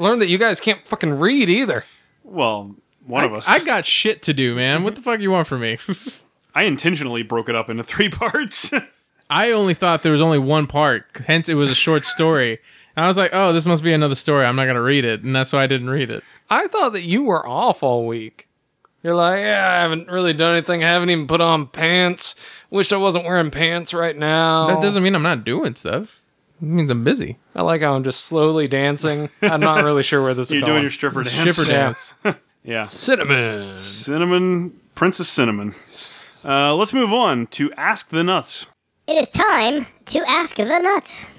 S2: Learned that you guys can't fucking read either.
S1: well, one of us.
S3: I got shit to do, man. What the fuck you want from me?
S1: I intentionally broke it up into three parts.
S3: I only thought there was only one part, hence it was a short story. I was like, oh, this must be another story. I'm not gonna read it, and that's why I didn't read it.
S2: I thought that you were off all week. You're like, yeah, I haven't really done anything. I haven't even put on pants. Wish I wasn't wearing pants right now.
S1: Oh.
S3: That doesn't mean I'm not doing stuff. It means I'm busy.
S2: I like how I'm just slowly dancing. I'm not really sure where this is
S1: You're
S2: going.
S1: doing your stripper dance.
S3: Shipper dance.
S1: Yeah.
S2: cinnamon.
S1: Cinnamon, Princess Cinnamon. Uh, let's move on to Ask the Nuts.
S6: It is time to ask the nuts.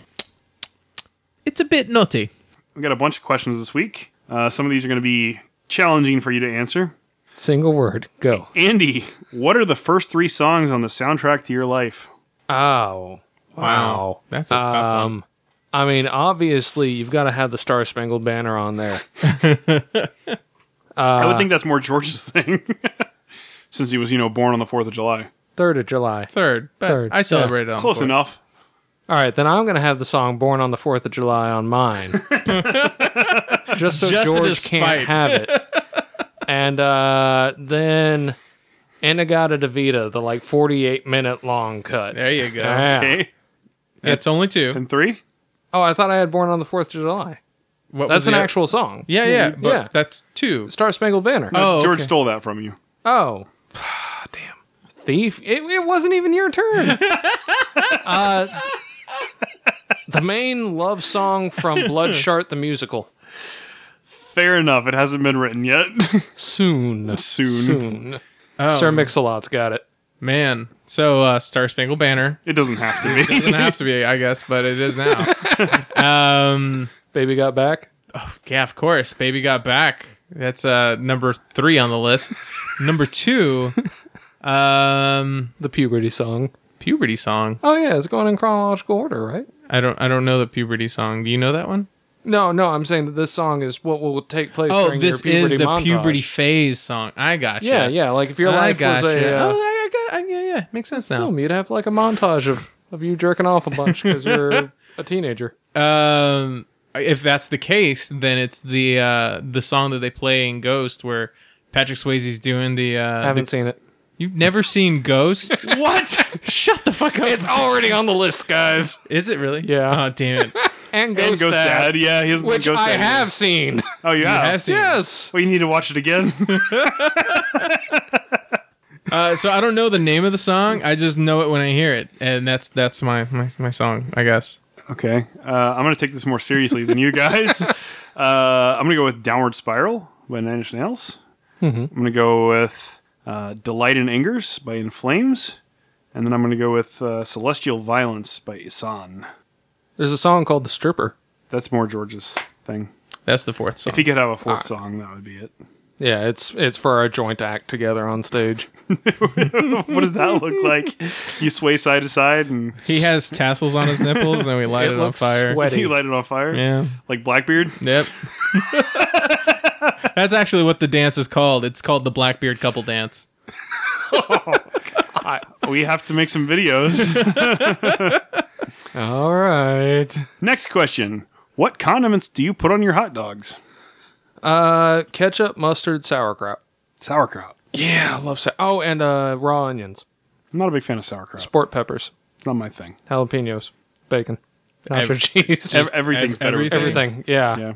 S3: It's a bit nutty.
S1: We got a bunch of questions this week. Uh, some of these are going to be challenging for you to answer.
S2: Single word. Go.
S1: Andy, what are the first three songs on the soundtrack to your life?
S2: Oh.
S3: Wow. That's a tough one.
S2: Um, I mean, obviously, you've got to have the Star Spangled Banner on there.
S1: I
S3: Uh,
S1: would think that's more George's thing, since he was, you know, born on the Fourth of July.
S2: Third of July.
S3: Third, but
S2: Third,
S3: I celebrated on the
S1: Close
S3: fourth.
S1: enough.
S2: All right, then I'm going to have the song Born on the 4th of July on mine. Just so
S3: Just to
S2: George can't
S3: despite.
S2: have it. And uh, then Inagata DeVita, the like 48 minute long cut.
S3: There you go.
S2: Yeah.
S1: Okay,
S3: It's only two.
S1: and three.
S2: Oh, I thought I had Born on the 4th of July.
S3: What was
S2: That's an
S3: the-
S2: actual song. Mm-hmm.
S3: Yeah, yeah, but
S2: Yeah.
S3: that's two.
S2: Star Spangled Banner.
S3: Oh,
S1: Uh, George
S3: okay.
S1: stole that from you.
S2: Oh, damn. Thief. It, it wasn't even your turn. uh, the main love song from Bloodshart the Musical.
S1: Fair enough. It hasn't been written yet.
S2: Soon.
S1: Soon.
S2: Soon.
S3: Oh,
S2: Sir Mix-a-Lot's got it.
S3: man. So uh, Star Spangled Banner
S1: it doesn't have to be.
S3: didn't have to be, I guess, but it is now. um,
S2: Baby Got Back.
S3: yeah, of course. Baby got back. That's uh, number three on the list. number two, um,
S2: The puberty song.
S3: puberty song.
S2: Oh, yeah. It's going in chronological order, right?
S3: I don't, I don't know the puberty song. Do you know that one?
S2: No, no. I'm saying that this song is what will take place
S3: Oh,
S2: during
S3: this
S2: your
S3: is
S2: puberty
S3: the
S2: montage.
S3: puberty phase song. I got you.
S2: Yeah, yeah. Like if your
S3: I
S2: life
S3: got
S2: was a...
S3: oh,
S2: Uh,
S3: I, I got. I, yeah, yeah. Makes sense now.
S2: film, you'd have like a montage of, of you jerking off a bunch because you're a teenager.
S3: Um, if that's the case, then it's the uh, the song that they play in Ghost where Patrick Swayze's doing the.
S2: I
S3: Uh,
S2: haven't
S3: the-
S2: seen it.
S3: you've never seen Ghost? what? Shut the fuck up.
S2: It's already on the list, guys.
S3: Is it really?
S2: Yeah.
S3: Oh damn it.
S2: And Ghost,
S1: and Ghost Dad.
S2: Dad,
S1: Yeah, he hasn't seen
S2: which
S1: Ghost
S2: I
S1: Dad yet.
S2: have seen.
S1: Oh, you have.
S3: have seen it.
S2: yes.
S1: Well, you need to watch it again.
S3: Uh, so I don't know the name of the song. I just know it when I hear it, and that's that's my my, my song, I guess.
S1: Okay, uh, I'm going to take this more seriously than you guys. uh, I'm going to go with Downward Spiral by Nine Inch Nails. I'm going to go with uh, Delight in Angers by In Flames. And then I'm going to go with uh, Celestial Violence by Isan.
S2: There's a song called The Stripper.
S1: That's more George's thing.
S3: That's the fourth song.
S1: If he could have a fourth song, that would be it.
S2: Yeah, it's it's for our joint act together on stage.
S1: what does that look like? You sway side to side and
S3: He has tassels on his nipples, and we light it,
S2: it
S3: on
S2: looks
S3: fire.
S2: sweaty.
S1: you light it on fire?
S3: Yeah.
S1: Like Blackbeard?
S3: Yep. that's actually what the dance is called. It's called the Blackbeard couple dance.
S1: We have to make some videos.
S2: All right.
S1: Next question What condiments do you put on your hot dogs?
S2: Uh, ketchup, mustard, sauerkraut.
S1: Sauerkraut.
S2: Yeah, I love sa- Oh, and uh, raw onions,
S1: I'm not a big fan of sauerkraut.
S2: sport peppers,
S1: It's not my thing.
S2: jalapenos, bacon, nacho
S3: Ev-
S2: cheese,
S1: Ev- everything's better. with
S3: everything.
S2: everything. Yeah.
S1: Yeah.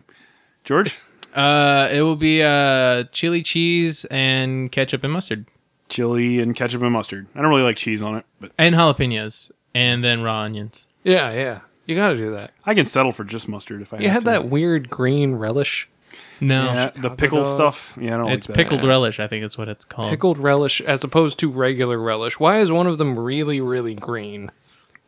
S1: George,
S3: Uh, it will be uh chili cheese and ketchup and mustard
S1: chili and ketchup and mustard. I don't really like cheese on it, but
S3: and jalapenos and then raw onions.
S2: yeah, yeah. You got to do that.
S1: I can settle for just mustard if I.
S2: You
S1: have
S2: had
S1: to.
S2: that weird green relish,
S3: No,
S1: Yeah, the pickle
S2: dog.
S1: stuff. Yeah, I don't
S3: it's
S1: like that.
S3: pickled relish. I think is what it's called.
S2: pickled relish, as opposed to regular relish. Why is one of them really, really green,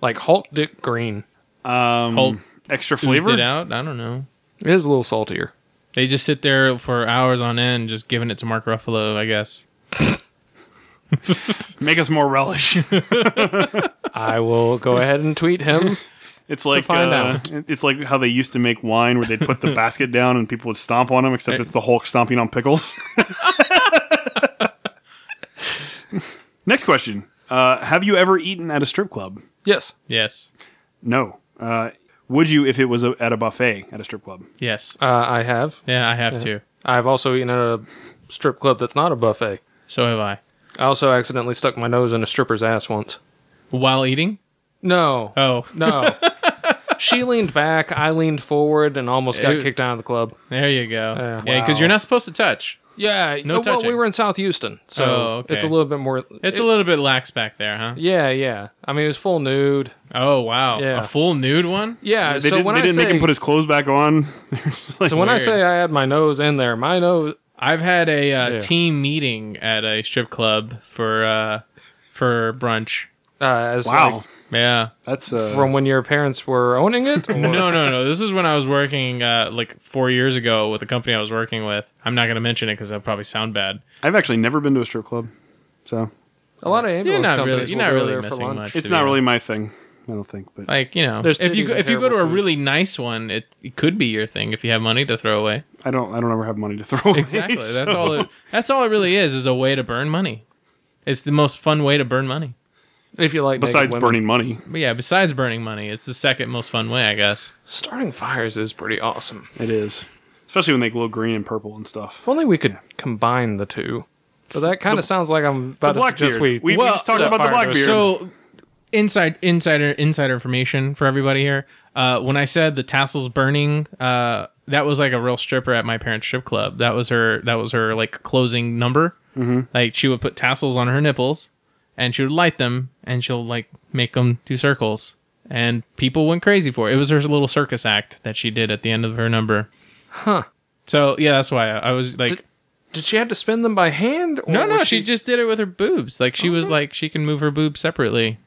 S2: like Hulk Dick green?
S1: Um,
S3: Hulk
S1: extra
S3: Oozed
S1: flavor.
S3: it out. I don't know.
S2: It is a little saltier.
S3: They just sit there for hours on end, just giving it to Mark Ruffalo, I guess.
S1: Make us more relish.
S2: I will go ahead and tweet him.
S1: it's like
S2: find
S1: uh,
S2: out.
S1: it- It's like how they used to make wine, where they'd put the basket down and people would stomp on them. Except it's the Hulk stomping on pickles. Next question: uh, Have you ever eaten at a strip club?
S2: Yes.
S3: Yes,
S1: No. Uh, would you if it was a, at a buffet at a strip club?
S3: yes,
S2: Uh, I have.
S3: yeah, I have to.
S2: I've also eaten at a strip club that's not a buffet.
S3: So have I.
S2: I also accidentally stuck my nose in a stripper's ass once.
S3: While eating?
S2: No.
S3: Oh,
S2: No. she leaned back, I leaned forward, and almost got
S3: Ew.
S2: kicked out of the club.
S3: There you go.
S2: Yeah.
S3: yeah, because you're not supposed to touch.
S2: Yeah,
S3: No
S2: no. Well,
S3: touching.
S2: we were in South Houston, so
S3: Oh, okay.
S2: it's a little bit more. it-
S3: It's a little bit lax back there, huh?
S2: Yeah, yeah. I mean, it was full nude.
S3: Oh wow,
S2: Yeah.
S3: a full nude one.
S2: Yeah.
S1: They
S2: so
S1: didn't,
S2: when
S1: they
S2: I
S1: didn't
S2: say,
S1: make him put his clothes back on. Just like,
S2: so when I
S3: Weird.
S2: say I had my nose in there, my nose.
S3: I've had a uh,
S2: Yeah.
S3: team meeting at a strip club for uh, for brunch.
S2: Uh, as
S1: wow,
S2: like,
S3: Yeah.
S1: that's uh,
S2: from when your parents were owning it. Or,
S3: No, no, no. This is when I was working uh, like four years ago with the company I was working with. I'm not gonna mention it because that'll probably sound bad.
S1: I've actually never been to a strip club, so
S2: A lot of ambulance
S3: not really-
S2: companies
S3: you're
S2: will
S3: not
S2: go
S3: really
S2: there for
S3: missing
S2: lunch.
S3: much.
S1: it's
S3: be
S1: not
S3: honest.
S1: really my thing. I don't think, but
S3: Like you know,
S2: There's
S3: if you
S2: titties
S3: go-
S2: and
S3: if you go to
S2: terrible
S3: a
S2: food.
S3: really nice one, it, it could be your thing if you have money to throw away.
S1: I don't. I don't ever have money to throw away.
S3: Exactly.
S1: so-
S3: That's all. It, that's all it really is is a way to burn money. It's the most fun way to burn money.
S2: If you like, naked
S1: Besides
S2: women.
S1: burning money,
S3: But yeah, besides burning money, it's the second most fun way, I guess.
S2: starting fires is pretty awesome.
S1: it is. Especially when they glow green and purple and stuff.
S2: If only we could combine the two. But that kind of sounds like I'm about to suggest
S1: Blackbeard.
S2: we.
S1: We- we
S2: Well,
S1: just talked
S2: set
S1: about the
S2: fire to a
S1: Blackbeard.
S2: strip-
S3: So, inside insider insider information for everybody here. Uh, when I said the tassels burning, uh, that was like a real stripper at my parents' strip club. That was her. That was her like closing number. Like she would put tassels on her nipples, and she would light them, and she'll like make them do circles, and people went crazy for it. It was her little circus act that she did at the end of her number.
S2: Huh.
S3: So yeah, that's why I, I was like.
S2: Did she have to spin them by hand? Or
S3: no, no,
S2: was
S3: she, Oh. just did it with her boobs. Like she was like she can move her boobs separately.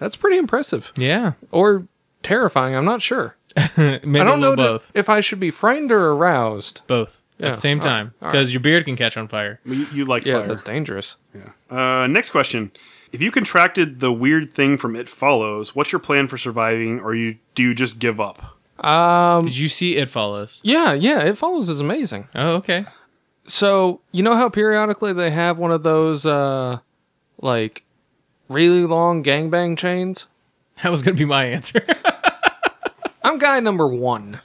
S2: That's pretty impressive.
S3: Yeah,
S2: Or terrifying. I'm not sure.
S3: maybe
S2: I don't know
S3: both.
S2: if I should be frightened or aroused.
S3: both
S2: Yeah,
S3: at the same
S2: all right,
S3: time
S2: all
S3: because your beard can catch on fire.
S1: You, you like
S2: Yeah,
S1: fire.
S2: that's dangerous.
S1: Uh, next question. If you contracted the weird thing from It Follows, what's your plan for surviving, or you do you just give up?
S2: Um,
S3: Did you see It Follows?
S2: yeah, yeah, it follows is amazing.
S3: Oh, okay.
S2: So you know how periodically they have one of those, uh, like, really long gangbang chains.
S3: That was gonna be my answer.
S2: I'm guy number one.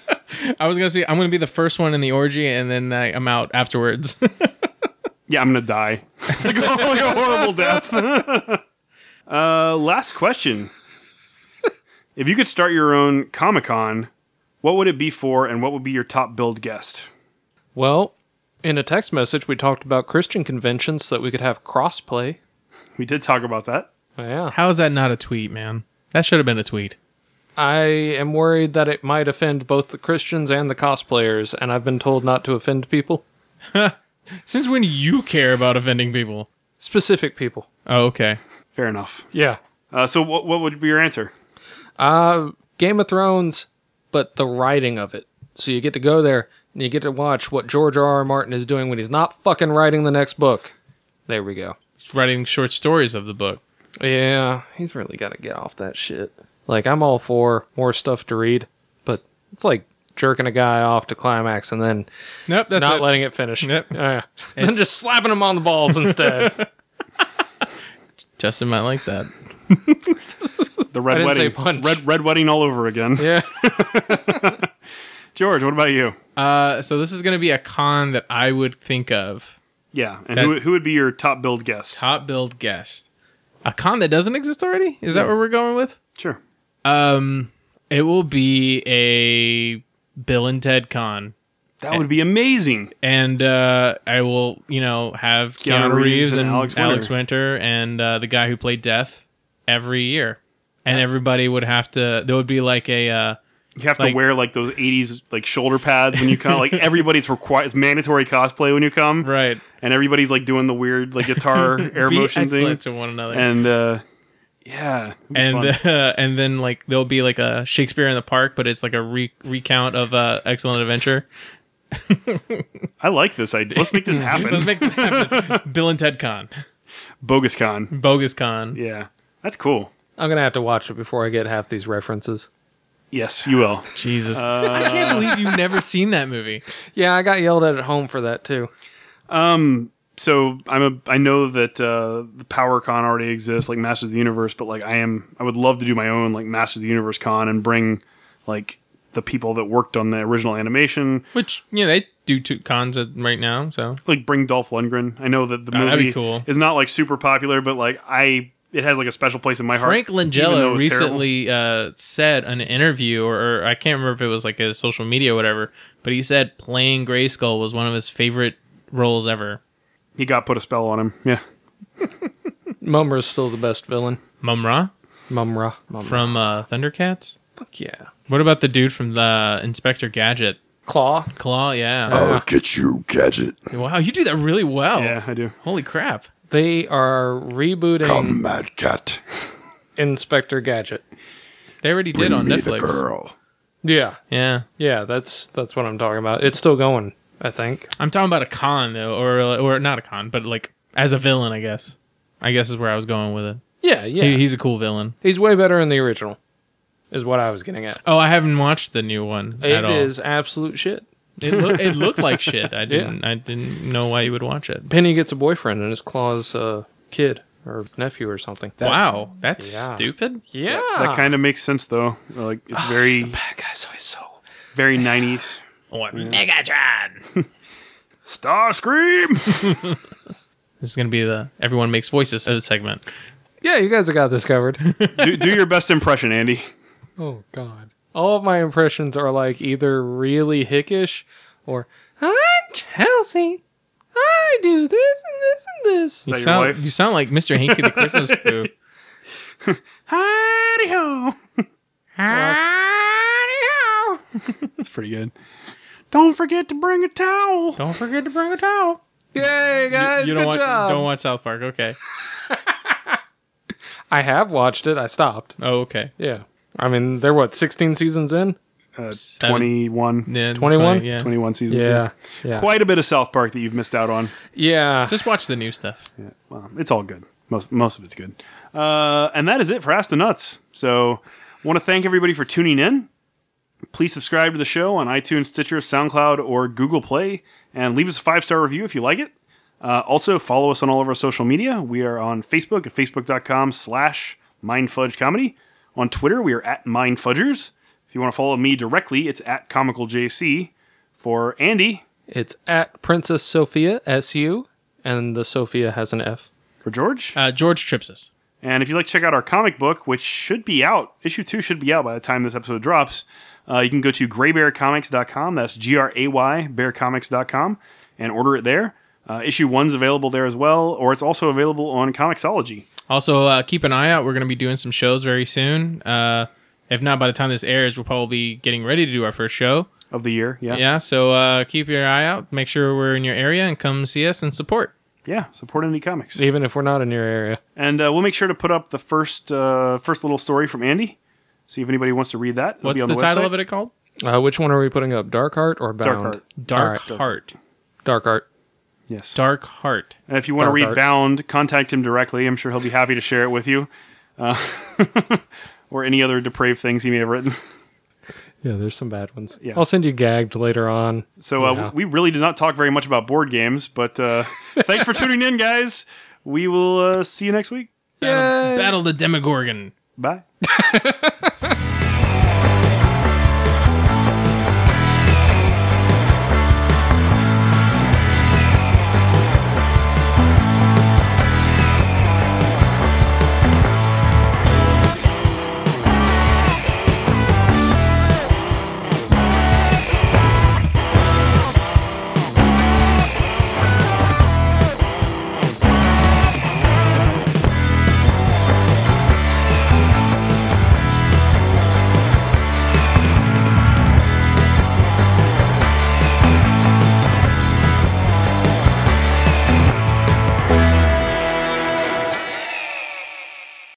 S3: I was gonna say I'm gonna be the first one in the orgy, and then I, I'm out afterwards.
S1: Yeah, I'm gonna die. like, a- like a horrible death. uh, last question. If you could start your own Comic Con, what would it be for, and what would be your top build guest?
S2: Well, in a text message we talked about Christian conventions so that we could have crossplay.
S1: We did talk about that.
S2: Yeah,
S3: How is that not a tweet, man? That should have been a tweet.
S2: I am worried that it might offend both the Christians and the cosplayers, and I've been told not to offend people,
S3: Since when do you care about offending people?
S2: specific people.
S3: Oh, okay.
S1: Fair enough.
S2: Yeah,
S1: Uh, so, what, what would be your answer?
S2: Uh, Game of Thrones, but the writing of it. So you get to go there and you get to watch what George R. R. Martin is doing when he's not fucking writing the next book. There we go.
S3: He's writing short stories of the book.
S2: Yeah, he's really got to get off that shit. Like, I'm all for more stuff to read, but it's like jerking a guy off to climax and then
S3: Nope, that's
S2: not
S3: it.
S2: letting it finish.
S3: Yep.
S2: Yeah. And just slapping him on the balls instead.
S3: Justin might like that.
S1: The red
S2: I didn't say
S1: wedding.
S2: punch.
S1: Red red wedding all over again.
S2: yeah.
S1: George, what about you?
S3: Uh, so this is gonna be a con that I would think of.
S1: Yeah, and
S3: That-
S1: who, who would be your top build guest?
S3: Top build guest. A con that doesn't exist already? Is that what we're going with?
S1: Sure.
S3: Um, it will be a Bill and Ted con,
S1: That would be amazing.
S3: and uh, I will, you know, have Keanu, Reeves, and, Alex, Winter. and uh, the guy who played Death every year, and everybody would have to. There would be like a. Uh,
S1: You have
S3: Like-
S1: to wear like those '80s like shoulder pads when you come. like everybody's required. It's mandatory cosplay when you come,
S3: Right,
S1: and everybody's like doing the weird like guitar air
S3: be
S1: motion thing.
S3: excellent to one another, and
S1: And uh, yeah, it'd be
S3: and,
S1: fun.
S3: uh, and then like there'll be like a Shakespeare in the Park, but it's like a re- recount of uh, Excellent Adventure.
S1: I like this idea. Let's make this happen.
S3: Let's make this happen. Bill and Ted Con,
S1: Bogus Con.
S3: Bogus Con.
S1: Yeah, that's cool.
S2: I'm going to have to watch it before I get half these references.
S1: Yes, you will.
S3: Jesus, I can't believe you've never seen that movie.
S2: Yeah, I got yelled at at home for that too.
S1: so I'm a I know that uh, the Power Con already exists, like Masters of the Universe, but like I am I would love to do my own like Masters of the Universe Con and bring like the people that worked on the original animation,
S3: Which yeah, they do two cons at- right now. So
S1: like bring Dolph Lundgren. I know that the
S3: Oh,
S1: movie
S3: that'd be cool.
S1: is not like super popular, but like I it has like a special place in my heart.
S3: Frank
S1: even though it
S3: Langella
S1: was terrible.
S3: recently uh, said in an interview, or, or I can't remember if it was like a social media or whatever, but he said playing Grayskull was one of his favorite roles ever.
S1: he got put a spell on him. Yeah,
S2: Mumra's still the best villain.
S3: Mumra
S2: Mumra. Mumra.
S3: from uh, Thundercats.
S2: Fuck yeah.
S3: What about the dude from the Inspector Gadget?
S2: Claw.
S3: Claw, yeah.
S7: I'll get you, Gadget.
S3: Wow, you do that really well.
S1: Oh. yeah, I do.
S3: Holy crap.
S2: They are rebooting
S7: Come, Mad Cat.
S2: Inspector Gadget.
S3: They already did
S7: Bring
S3: on
S7: me the
S3: Netflix.
S7: girl.
S2: Yeah.
S3: Yeah.
S2: Yeah, that's that's what I'm talking about. It's still going, I think.
S3: I'm talking about a con though, or or not a con, but like as a villain, I guess. I guess is where I was going with it.
S2: Yeah, yeah.
S3: He, he's a cool villain.
S2: He's way better in the original, is what I was getting at.
S3: Oh, I haven't watched the new one
S2: It
S3: at all.
S2: is absolute shit.
S3: It, loo- it looked like shit. I didn't. I didn't know why you would watch it.
S2: Penny gets a boyfriend and it's Claw's uh, kid or nephew or something.
S3: wow, that's
S2: Yeah.
S3: stupid.
S2: yeah.
S3: Ah.
S1: That kind of makes sense though. Like it's very
S2: bad guy, so he's so.
S1: very nineties.
S3: What Megatron?
S1: Starscream.
S3: This is gonna be the everyone makes voices of the segment.
S2: Yeah, you guys have got this covered.
S1: do, do your best impression, Andy.
S2: oh, God. All of my impressions are like either really hickish or, I'm Chelsea. I do this and this and this.
S1: that
S3: you
S1: your
S3: sound,
S1: wife?
S3: you sound like Mr. Hanky the Christmas Pooh.
S1: Howdy ho. That's pretty good. Don't forget to bring a towel.
S3: Don't forget to bring a towel.
S2: Yay, guys.
S3: you
S2: good
S3: don't watch,
S2: job.
S3: don't watch South Park. Okay.
S2: I have watched it. I stopped.
S3: Oh, okay.
S2: Yeah. I mean, they're what, 16 seasons in?
S1: Uh,
S3: Seven.
S1: 21,
S3: Yeah,
S2: 21?
S3: Yeah.
S1: 21 seasons.
S2: Yeah. Yeah.
S1: Quite a bit of South Park that you've missed out on.
S2: Yeah.
S3: Just watch the new stuff.
S1: Well, it's all good. Most most of it's good. Uh, and that is it for Ask the Nuts. So, want to thank everybody for tuning in. Please subscribe to the show on iTunes, Stitcher, SoundCloud, or Google Play, and leave us a five star review if you like it. Uh, also, follow us on all of our social media. We are on Facebook at facebook.com slash mindfudgecomedy. On Twitter, we are at mindfudgers. If you want to follow me directly, it's at comicaljc. For Andy,
S2: It's at Princess Sophia, SU, and the Sophia has an F.
S1: for George.
S3: Uh, George Tripsis.
S1: And if you'd like to check out our comic book, which should be out, issue two should be out by the time this episode drops, uh, you can go to graybearcomics.com. That's G R A Y bearcomics.com and order it there. Uh, issue one's available there as well, or it's also available on Comixology.
S3: Also, uh, keep an eye out. We're going to be doing some shows very soon. Uh, if not, by the time this airs, we'll probably be getting ready to do our first show.
S1: Of the year, yeah,
S3: Yeah, so uh, keep your eye out. Make sure we're in your area and come see us and support.
S1: Yeah, support indie comics,
S2: Even if we're not in your area.
S1: and uh, we'll make sure to put up the first uh, first little story from Andy. See if anybody wants to read that. It'll be
S3: What's
S1: on
S3: the, title
S1: website.
S3: of it called?
S2: Uh, which one are we putting up? Dark Heart or Bound?
S1: Dark Heart.
S3: Dark
S2: All right.
S3: Heart.
S2: Dark Heart.
S1: Yes.
S3: Dark Heart.
S1: And if you want to
S2: Dark
S1: read
S2: art.
S1: Bound, contact him directly. I'm sure he'll be happy to share it with you. Uh, or any other depraved things he may have written.
S2: Yeah, there's some bad ones.
S1: Yeah.
S2: I'll send you gagged later on.
S1: So uh,
S2: Yeah.
S1: we really did not talk very much about board games, but uh, thanks for tuning in, guys. We will uh, see you next week.
S3: Battle, Battle the Demogorgon.
S1: Bye.